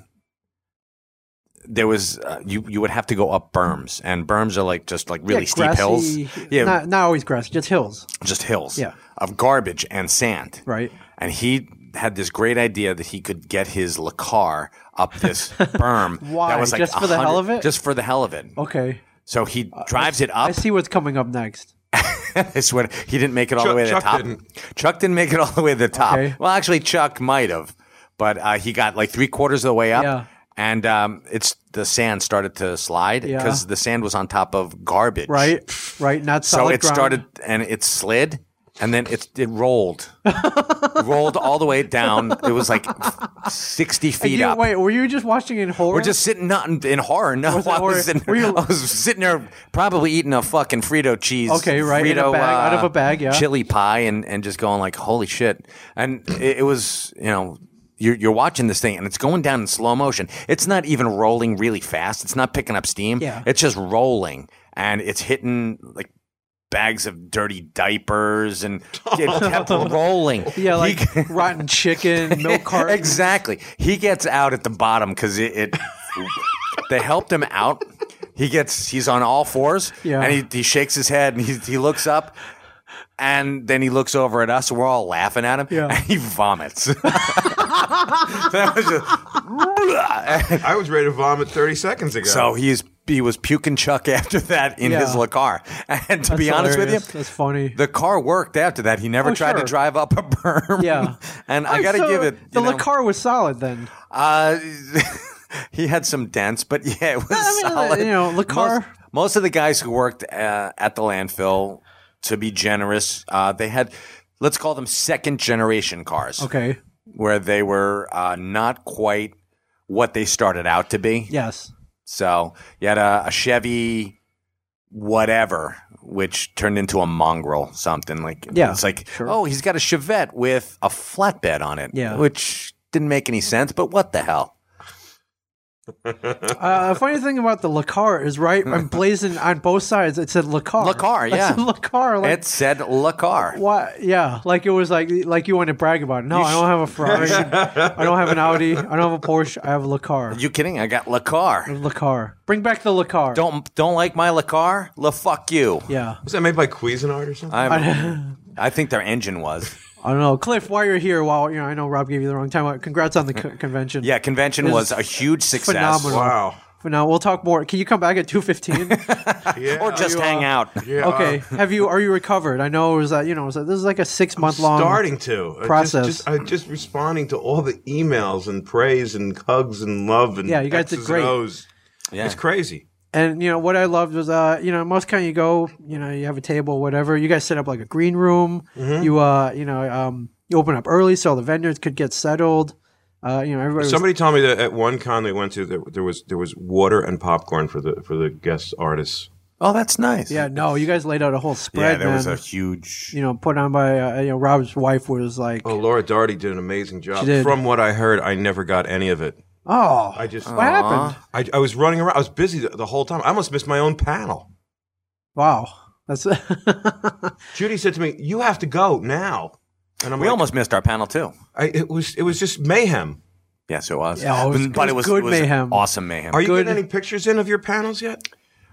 there was uh, you. You would have to go up berms, and berms are like just like really yeah, steep hills. grassy, Yeah, Not, not always grassy. Just hills. just hills Yeah. of garbage and sand. Right. And he had this great idea that he could get his LeCar up this berm. Why? That was like Just for the 100 hell of it? Just for the hell of it. Okay. So he drives it I up. see what's coming up next. I swear, he didn't make it all the Chuck- way to the Chuck top. didn't. Chuck didn't make it all the way to the top. Okay. Well, actually, Chuck might have, but uh, he got like three quarters of the way up. Yeah. And um, it's the sand started to slide Yeah. because the sand was on top of garbage. Right. Right. Not So solid it ground. started and it slid and then it, it rolled. rolled all the way down. It was like 60 And feet you- up. Wait. Were you just watching in horror? We're just sitting not in, in horror. No, Was it I, horror? was sitting, Were you- I was sitting there probably eating a fucking Frito cheese. Okay, right, in a Frito, uh, bag, out of a bag, yeah. Chili pie and, and just going like, holy shit. And it, it was, you know, you're, you're watching this thing and it's going down in slow motion. It's not even rolling really fast. It's not picking up steam. Yeah. It's just rolling and it's hitting like bags of dirty diapers and it kept rolling. Yeah. He- Like rotten chicken, milk carton. Exactly. He gets out at the bottom because it, it they helped him out. He gets he's on all fours. Yeah. And he, he shakes his head and he, he looks up and then he looks over at us. We're all laughing at him. Yeah. And he vomits. that was just, I was ready to vomit 30 seconds ago. so he's he was puking Chuck after that in his Yeah. LaCar. And to be That's honest with you, hilarious. that's funny. the car worked after that. He never Oh, tried to sure. drive up a berm. Yeah. And I got to So give it. The you know- Lacar was solid then. Uh, he had some dents, but yeah, it was I mean, solid. you know, Lacar- Most, most of the guys who worked uh, at the landfill, to be generous, uh, they had let's call them second generation cars, Okay. where they were uh, not quite what they started out to be. Yes. So you had a, a Chevy, whatever, which turned into a mongrel something like Yeah, It's like oh, he's got a Chevette with a flatbed on it, Yeah. which didn't make any sense. But what the hell? Uh, funny thing about the Lacar is right emblazoned on both sides. It said Lacar. Lacar, yeah. Lacar. Like, it said La Car. Why? Yeah, like it was like like you want to brag about. it. No, I don't have a Ferrari. I don't have an Audi. I don't have a Porsche. I have a Lacar. You kidding? I got La Car. Lacar. Bring back the Lacar. Don't don't like my La Car? La fuck you. Yeah. was that made by Cuisinart or something? I'm, I think their engine was. I don't know, Cliff. While you're here, while you know, I know Rob gave you the wrong time. Congrats on the co- convention. Yeah, convention This was is a huge success. phenomenal. Wow. But now we'll talk more. Can you come back at two fifteen? Uh, Yeah. Or just you, hang uh, out. yeah, uh, okay. Have you? Are you recovered? I know it was that. You know, it was that, this is like a six month long. starting to Uh, just- process. Just, uh, just responding to all the emails and praise and hugs and love and Yeah, you guys X's did great. And O's. Yeah. It's crazy. And you know what I loved was, uh, you know, most kind you go, you know, you have a table, whatever. You guys set up like a green room. Mm-hmm. You, uh, you know, um, you open up early so the vendors could get settled. Uh, you know, everybody. was- Somebody told me that at one con they went to, there, there was there was water and popcorn for the for the guest artists. Oh, that's nice. yeah, no, you guys laid out a whole Yeah, spread, there was man. a huge. you know, put on by uh, you know Rob's wife was like, Oh, oh, Laura Doherty did an amazing job. She did. From what I heard, I never got any of it. I "Oh, what just happened? I, I was running around. I was busy the, the whole time. I almost missed my own panel. Wow, that's Judy said to me, "You have to go now." And I'm we like, almost missed our panel too. I, it was it was just mayhem. Yes, it was. Yeah, it was- But- but it it was was, good it was mayhem. Awesome mayhem. Are you Good. getting any pictures in of your panels yet?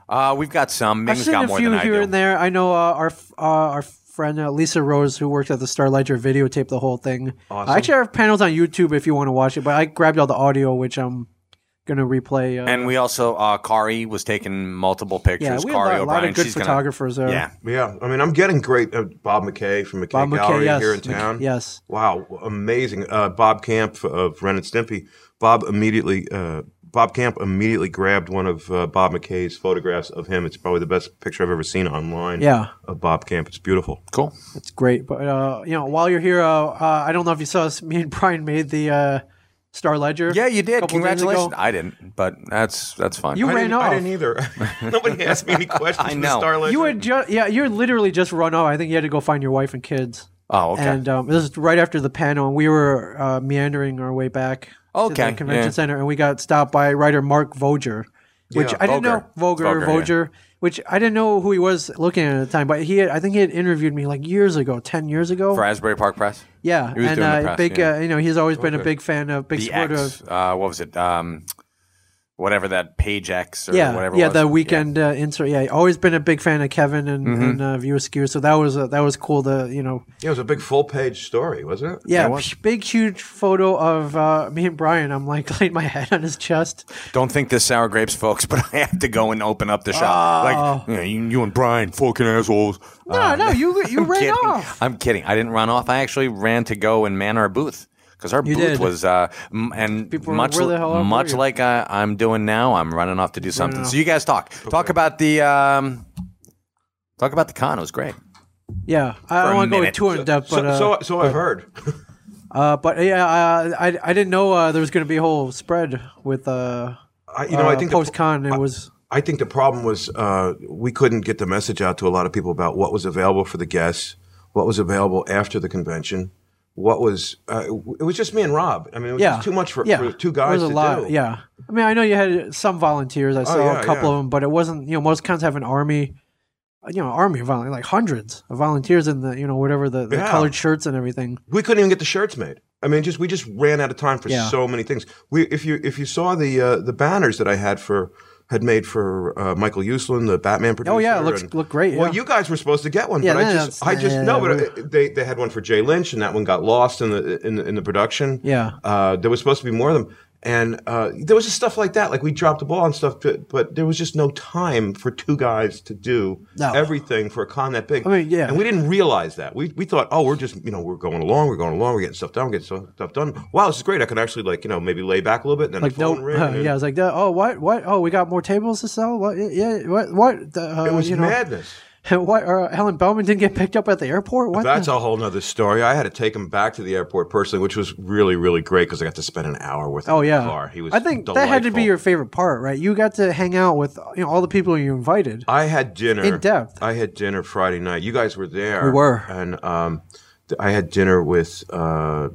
uh, we've got some. I've Ming's seen got a more few than I here do. and there. I know uh, our f- uh, our friend uh, Lisa Rose, who worked at the Star Ledger, videotaped the whole thing. I actually have panels on YouTube if you want to watch it, but I grabbed all the audio, which I'm gonna replay. Uh, And we also, uh, Kari was taking multiple yeah, pictures. we have Kari a lot, a lot O'Brien. of good She's photographers Gonna, there. yeah. Yeah, I mean, I'm getting great. Uh, Bob McKay from McKay Bob Gallery McKay, yes, here in town. yes. Wow, amazing. Uh, Bob Camp of Ren and Stimpy. Bob immediately. Uh, Bob Camp immediately grabbed one of uh, Bob McKay's photographs of him. It's probably the best picture I've ever seen online. Yeah. of Bob Camp. It's beautiful. Cool. It's great, but uh, you know, while you're here, uh, uh, I don't know if you saw us. Me and Brian made the uh, Star Ledger. Yeah, you did. couple days ago. Congratulations. I didn't, but that's that's fine. You I ran didn't, I off. didn't either. Nobody asked me any questions. I in know. The Star Ledger. You had just yeah, you had literally just run off. I think you had to go find your wife and kids. oh, okay. And um, this is right after the panel, and we were uh, meandering our way back to Okay, the convention yeah. center, and we got stopped by writer Mark Voger, which Yeah, I didn't know Voger Voger. Voger, Voger, which I didn't know who he was looking at at the time, but he had, I think he had interviewed me like years ago, ten years ago. For Asbury Park Press. yeah, he was and doing the uh, press, big, yeah. uh, you know, he's always been a big fan of big The support X. of Uh, what was it? Um, whatever that page X or yeah, whatever. it yeah, was. the weekend uh, insert. Yeah, always been a big fan of Kevin and, Mm-hmm. and uh, View Askew, so that was uh, that was cool to you know Yeah, it was a big full page story, wasn't it? Yeah, p- big huge photo of uh, me and Brian. I'm like laying my head on his chest. Don't think this sour grapes, folks, but I have to go and open up the Oh. shop. Like, yeah, you, you and Brian, fucking assholes. No, no, you you ran kidding. off. I'm kidding. I didn't run off. I actually ran to go and man our booth because our booth did. was uh m- and People were, much "Where the hell are much you?" like uh, I'm doing now. I'm running off to do something. So you guys talk talk about the um talk about the con. It was great. Yeah, I For don't a want to go minute. too in depth, but so, uh, so, so I've heard. uh, but yeah, uh, I I didn't know uh, there was going to be a whole spread with uh, I, you know, I think the- post con. It was I think the problem was uh, we couldn't get the message out to a lot of people about what was available for the guests, what was available after the convention, what was. Uh, it was just me and Rob. I mean, it was yeah just too much for, yeah. for two guys It was a to lot. do. Oh, Yeah, I mean, I know you had some volunteers. I saw yeah, a couple yeah. of them, but it wasn't. You know, most cons have an army. You know, army of volunteers, like hundreds of volunteers in the you know whatever the, the Yeah. colored shirts and everything. we couldn't even get the shirts made. I mean, just we just ran out of time for Yeah. so many things. We, if you if you saw the uh, the banners that I had for had made for uh, Michael Uslan, the Batman producer. Oh, yeah, it looks- and- looked great, Well, yeah. you guys were supposed to get one, Yeah, but I no, just that's- I just yeah, no, yeah, but uh, they they had one for Jay Lynch, and that one got lost in the in the, in the production. Yeah. uh, there was supposed to be more of them. And uh, there was just stuff like that, like we dropped the ball and stuff, but, but there was just no time for two guys to do No. everything for a con that big. I mean, yeah. And we didn't realize that. We, we thought, oh, we're just, you know, we're going along, we're going along, we're getting stuff done, we're getting stuff, stuff done. Wow, this is great. I can actually, like, you know, maybe lay back a little bit and then like the phone no, uh, ring. and yeah, it's like oh what what oh we got more tables to sell what yeah what what the, uh, it was you know madness. what uh, Helen Bowman didn't get picked up at the airport what That's the? a whole nother story. I had to take him back to the airport personally, which was really, really great because I got to spend an hour with him oh in yeah the car. He was I think that had to be delightful. your favorite part right you got to hang out with you know all the people you invited I had dinner In depth. I had dinner Friday night. You guys were there. We were. and um, th- I had dinner with uh,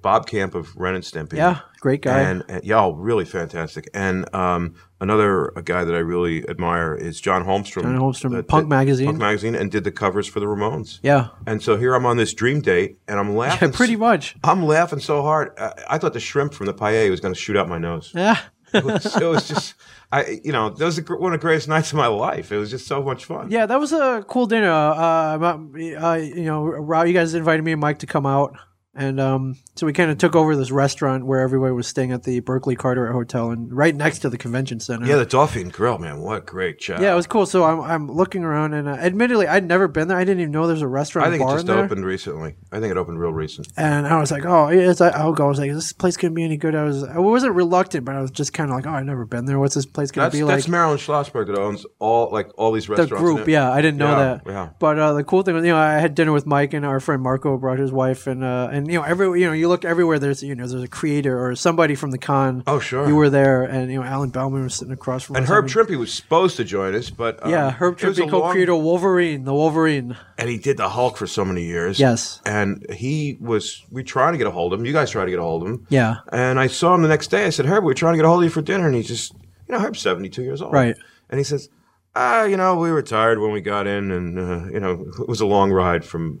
Bob Camp of Ren and Stimpy. yeah great guy and, and y'all really fantastic. And um, another a guy that I really admire is John Holmstrom. John Holmstrom, that Punk did Magazine. Punk Magazine, and did the covers for the Ramones. yeah And so here I'm on this dream date, and I'm laughing. pretty much I'm laughing so hard. I, I thought the shrimp from the paella was going to shoot out my nose. yeah It was, it was just, I, you know, that was the gr- one of the greatest nights of my life. It was just so much fun. Yeah, that was a cool dinner. Uh, my- uh, you know, Rao, you guys invited me and Mike to come out, and um, so we kind of took over this restaurant where everybody was staying at the Berkeley Carteret Hotel, and right next to the convention center. Yeah, the Dolphin Grill, man. What great job. Yeah, it was cool. So I'm, I'm looking around, and uh, admittedly, I'd never been there. I didn't even know there's a restaurant. I think it bar just in there. opened recently. I think it opened real recent. And I was like, oh, it's, I'll go. I was like, is this place going to be any good? I was, I wasn't reluctant, but I was just kind of like, oh, I've never been there. What's this place going That's, to be like? that's Marilyn Schlossberg that owns all like all these the restaurants. in group, it. yeah. I didn't know Yeah, that. yeah. But uh, the cool thing was, you know, I had dinner with Mike and our friend Marco brought his wife, and uh, and you know, every you know, you look everywhere. There's you know, there's a creator or somebody from the con. Oh, sure. You were there, and you know, Alan Bellman was sitting across from And us. Herb I mean, Trimpe was supposed to join us, but um, yeah, Herb it was Trippy a long- co-creator Wolverine, the Wolverine. and he did the Hulk for so many years. Yes. and he was. We tried to get a hold of him. You guys tried to get a hold of him. Yeah. and I saw him the next day. I said, Herb, we're trying to get a hold of you for dinner, and he just, you know, Herb's seventy-two years old, Right. And he says, Ah, you know, we were tired when we got in, and uh, you know, it was a long ride from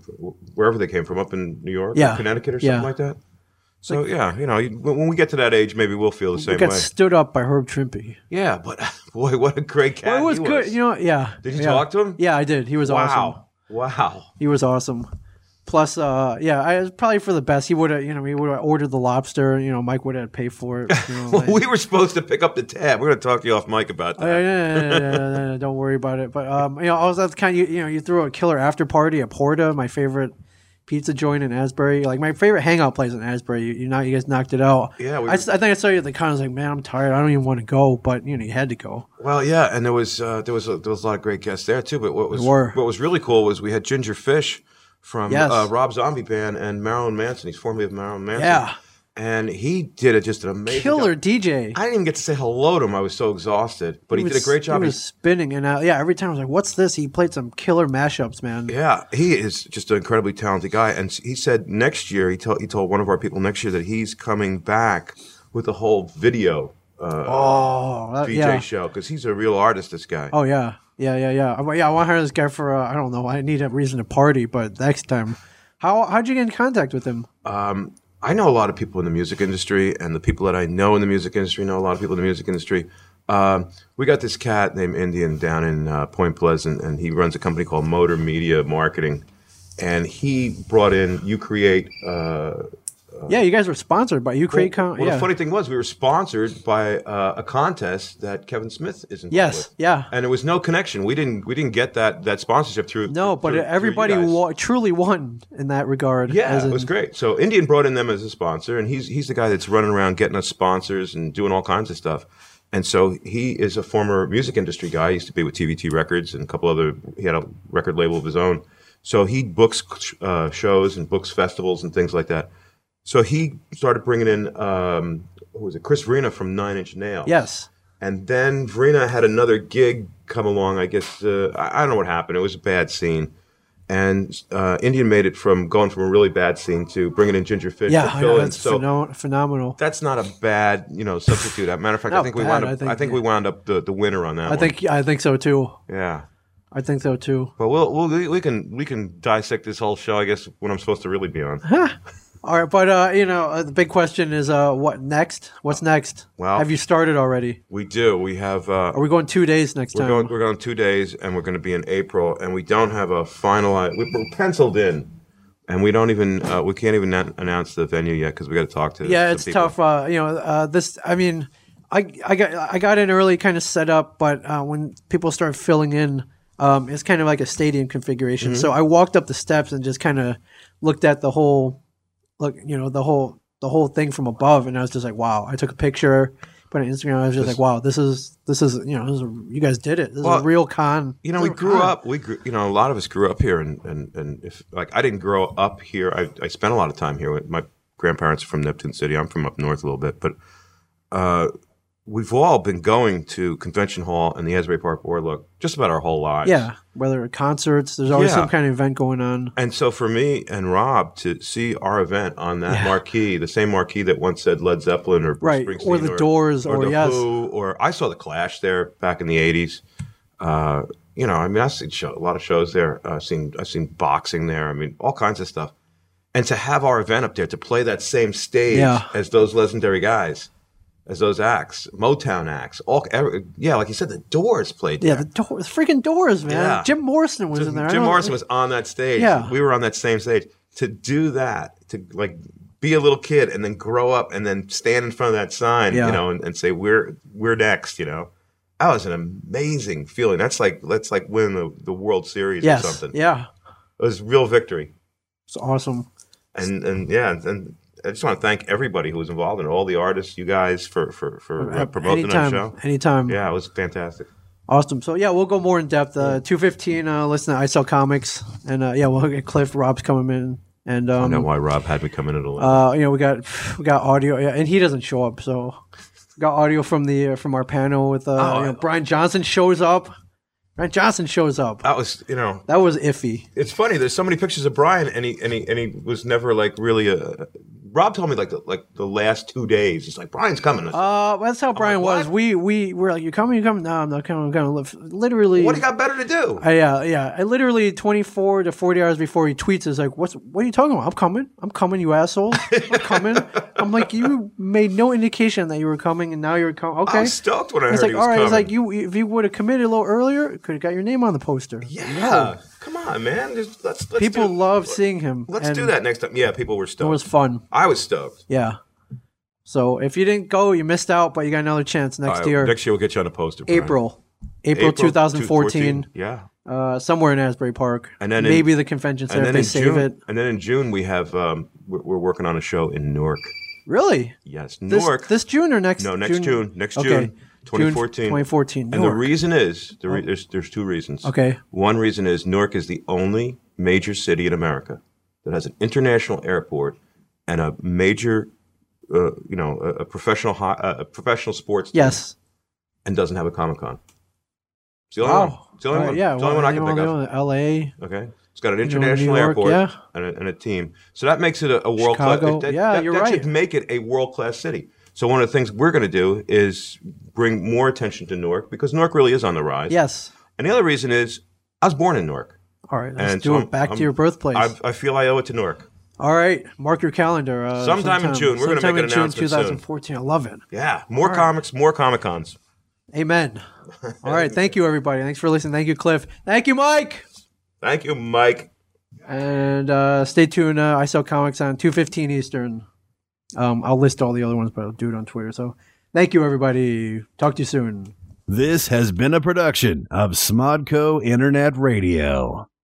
wherever they came from, up in New York, or Yeah. Connecticut, or Yeah. something like that. So yeah, you know, you- when when we get to that age, maybe we'll feel the We same got way. stood up by Herb Trimpe. yeah, but boy, what a great cat! Well, it was he good, you know. Yeah. Did you yeah. talk to him? Yeah, I did. He was awesome. Wow. Wow. He was awesome. Plus, uh, yeah, I it was probably for the best. He would have, you know, he would have ordered the lobster. You know, Mike would have paid for it. You know, like- we were supposed to pick up the tab. We're going to talk to you off mic about Yeah, yeah, that. yeah, yeah, yeah, yeah, yeah, don't worry about it. But um, you know, I was at the kind of, you know, you threw a killer after party at Porta, my favorite pizza joint in Asbury. Like my favorite hangout place in Asbury. You, you know, you guys knocked it out. Yeah, we I, s- I think I saw you at the con. I was like, man, I'm tired. I don't even want to go. But you know, you had to go. Well, yeah, and there was uh, there was a, there was a lot of great guests there too. But what was There were. what was really cool was we had Ginger Fish from Yes. uh, Rob Zombie Band and Marilyn Manson. He's formerly of Marilyn Manson. Yeah. and he did a, just an amazing Killer job. DJ. I didn't even get to say hello to him. I was so exhausted, but he, did was- a great job. He He- was spinning, and uh, yeah, every time I was like, "What's this?" He played some killer mashups, man. Yeah, he is just an incredibly talented guy, and he said next year he told he told one of our people next year that he's coming back with a whole video uh, Oh, that- VJ yeah. show because he's a real artist. This guy. Oh yeah, yeah, yeah, yeah. I'm, yeah, I want to hire this guy for. Uh, I don't know. I need a reason to party, but next time. How how'd you get in contact with him? I know a lot of people in the music industry, and the people that I know in the music industry know a lot of people in the music industry. Um, we got this cat named Indian down in uh, Point Pleasant, and he runs a company called Motor Media Marketing. And he brought in You Create. Uh, yeah, you guys were sponsored by Ukraine. well, Con- yeah. the funny thing was, we were sponsored by uh, a contest that Kevin Smith is involved Yes, with. yeah. And it was no connection. We didn't we didn't get that that sponsorship through. no, but through- through you everybody guys. wa- truly won in that regard. Yeah, as it was in- great. So Indian brought in them as a sponsor, and he's he's the guy that's running around getting us sponsors and doing all kinds of stuff. And so he is a former music industry guy. He used to be with TVT Records and a couple other. He had a record label of his own. So he books uh, shows and books festivals and things like that. So he started bringing in um, who was it? Chris Verena from Nine Inch Nails. Yes. And then Verena had another gig come along. I guess uh, I I don't know what happened. It was a bad scene, and uh, Indian made it from going from a really bad scene to bringing in Ginger Fish. Yeah, to I fill know, in. that's so pheno- phenomenal. that's not a bad you know substitute. As a matter of fact, I Not think we bad, wound up. I I think, think, yeah. we wound up the, the winner on that. I one. think I think so too. yeah. I think so too. But we'll, we'll we- we can we can dissect this whole show. I guess when I'm supposed to really be on. All right, but uh, you know, uh, the big question is, uh, what next? What's next? Well- have you started already? we do. We have. Uh, Are we going two days next We're time? going. We're going two days, and we're going to be in April, and we don't have a finalized. we- We're penciled in, and we don't even. Uh, we can't even an- announce the venue yet because we got to talk to. yeah some it's people. tough uh, you know uh, this i mean I, I got i got in early kind of set up but uh, when people start filling in um, it's kind of like a stadium configuration Mm-hmm. so i walked up the steps and just kind of looked at the whole look you know the whole the whole thing from above and i was just like wow i took a picture put it on instagram i was just like wow this is this is you know this is a, you guys did it this is Well, a real con You know, we grew up. We grew. You know, a lot of us grew up here, and and and if like I didn't grow up here, I I spent a lot of time here. with- My grandparents are from Nipton City. I'm from up north a little bit, but uh, we've all been going to convention hall and the Asbury Park Boardwalk just about our whole lives. yeah whether it concerts there's always Yeah. some kind of event going on And so for me and Rob to see our event on that marquee, the same marquee that once said Led Zeppelin or Bruce Right, or Springsteen The Doors or the yes. Who, or I saw the Clash there back in the eighties. Uh, you know, I mean, I've seen show, a lot of shows there. Uh, I've seen I've seen boxing there. I mean, all kinds of stuff. And to have our event up there to play that same stage Yeah. as those legendary guys, as those acts, Motown acts. All every, yeah, like you said, the Doors played. Yeah, there. the door, the freaking doors, man. Yeah. Jim Morrison was So in there. I Jim don't- Morrison was on that stage. Yeah. We were on that same stage. To do that, to like be a little kid and then grow up and then stand in front of that sign, Yeah. you know, and, and say we're we're next, you know. That was an amazing feeling. That's like that's like winning the, the World Series Yes. or something. Yeah. It was real victory. It's awesome. And and yeah, and, and I just want to thank everybody who was involved and all the artists, you guys, for for for uh, promoting anytime, our show. anytime. Yeah, it was fantastic. Awesome. So yeah, we'll go more in depth. Uh, Two fifteen. Uh, listen to I sell comics, and uh, yeah, we'll get Cliff. Rob's coming in, and I know um, why Rob had me come in at eleven. uh, you know we got we got audio, yeah, and he doesn't show up, so we got audio from the uh, from our panel with uh, Oh, you know, Brian Johnson shows up. Brian Johnson shows up. that was, you know, That was iffy. it's funny. There's so many pictures of Brian, and he and he and he was never like really a. Rob told me like the, like the last two days, it's like Brian's coming. I said, Uh, that's how Brian was. "What?" We we were like, "You coming? You coming? No, I'm not coming. I'm gonna live." Literally, what do you got better to do? I, yeah, yeah. I literally 24 to 40 hours before he tweets is like, "What's what are you talking about? I'm coming. I'm coming, you asshole. I'm coming." I'm like, "You made no indication that you were coming, and now you're coming." I Okay. was stoked when I It's heard like, he all was right. coming. It's like you if you would have committed a little earlier, could have got your name on the poster. yeah, come on, man. Just, let's, let's People do, love seeing him. Let's and do that next time. Yeah, people were It stoked. was fun. I was stoked. Yeah. So if you didn't go, you missed out, but you got another chance next All right, year, next year we'll get you on a poster. Brian. April, April, 2014, 2014, Yeah, uh, somewhere in Asbury Park, And then in- maybe the convention center if and then they in save June, it. and then in June we have um, we're, we're working on a show in Newark. Really? Yes, This, Newark. this June or next? No, next June. Next June, 2014. 2014. And the Newark. Oh. reason is the re- there's there's two reasons. Okay. One reason is Newark is the only major city in America that has an international airport and a major, uh, you know, a, a professional ho- uh, a professional sports team yes. and doesn't have a comic con. It's the only one. Wow. It's the only Uh, one. Yeah. It's the well, only one I can you pick know, up. LA, Okay. It's got an know, New international York, airport yeah. and, a, and a team, so that makes it a, a world Chicago, class. That, yeah, that, you're that right. should make it a world class city. So one of the things we're going to do is bring more attention to Newark because Newark really is on the rise. yes. And the other reason is I was born in Newark. All right. Let's And do so it I'm- back I'm- to your birthplace. I, I feel I owe it to Newark. All right. Mark your calendar. Uh, Sometime in June. We're gonna sometime make in an June announcement soon. 2014. I love it. Yeah, more comics, more Comic Cons. Amen. All right. Thank you, everybody. Thanks for listening. Thank you, Cliff. Thank you, Mike. Thank you, Mike. And uh, stay tuned. Uh, I sell comics on 215 Eastern. Um, I'll list all the other ones, but I'll do it on Twitter. So thank you, everybody. Talk to you soon. This has been a production of Smodco Internet Radio.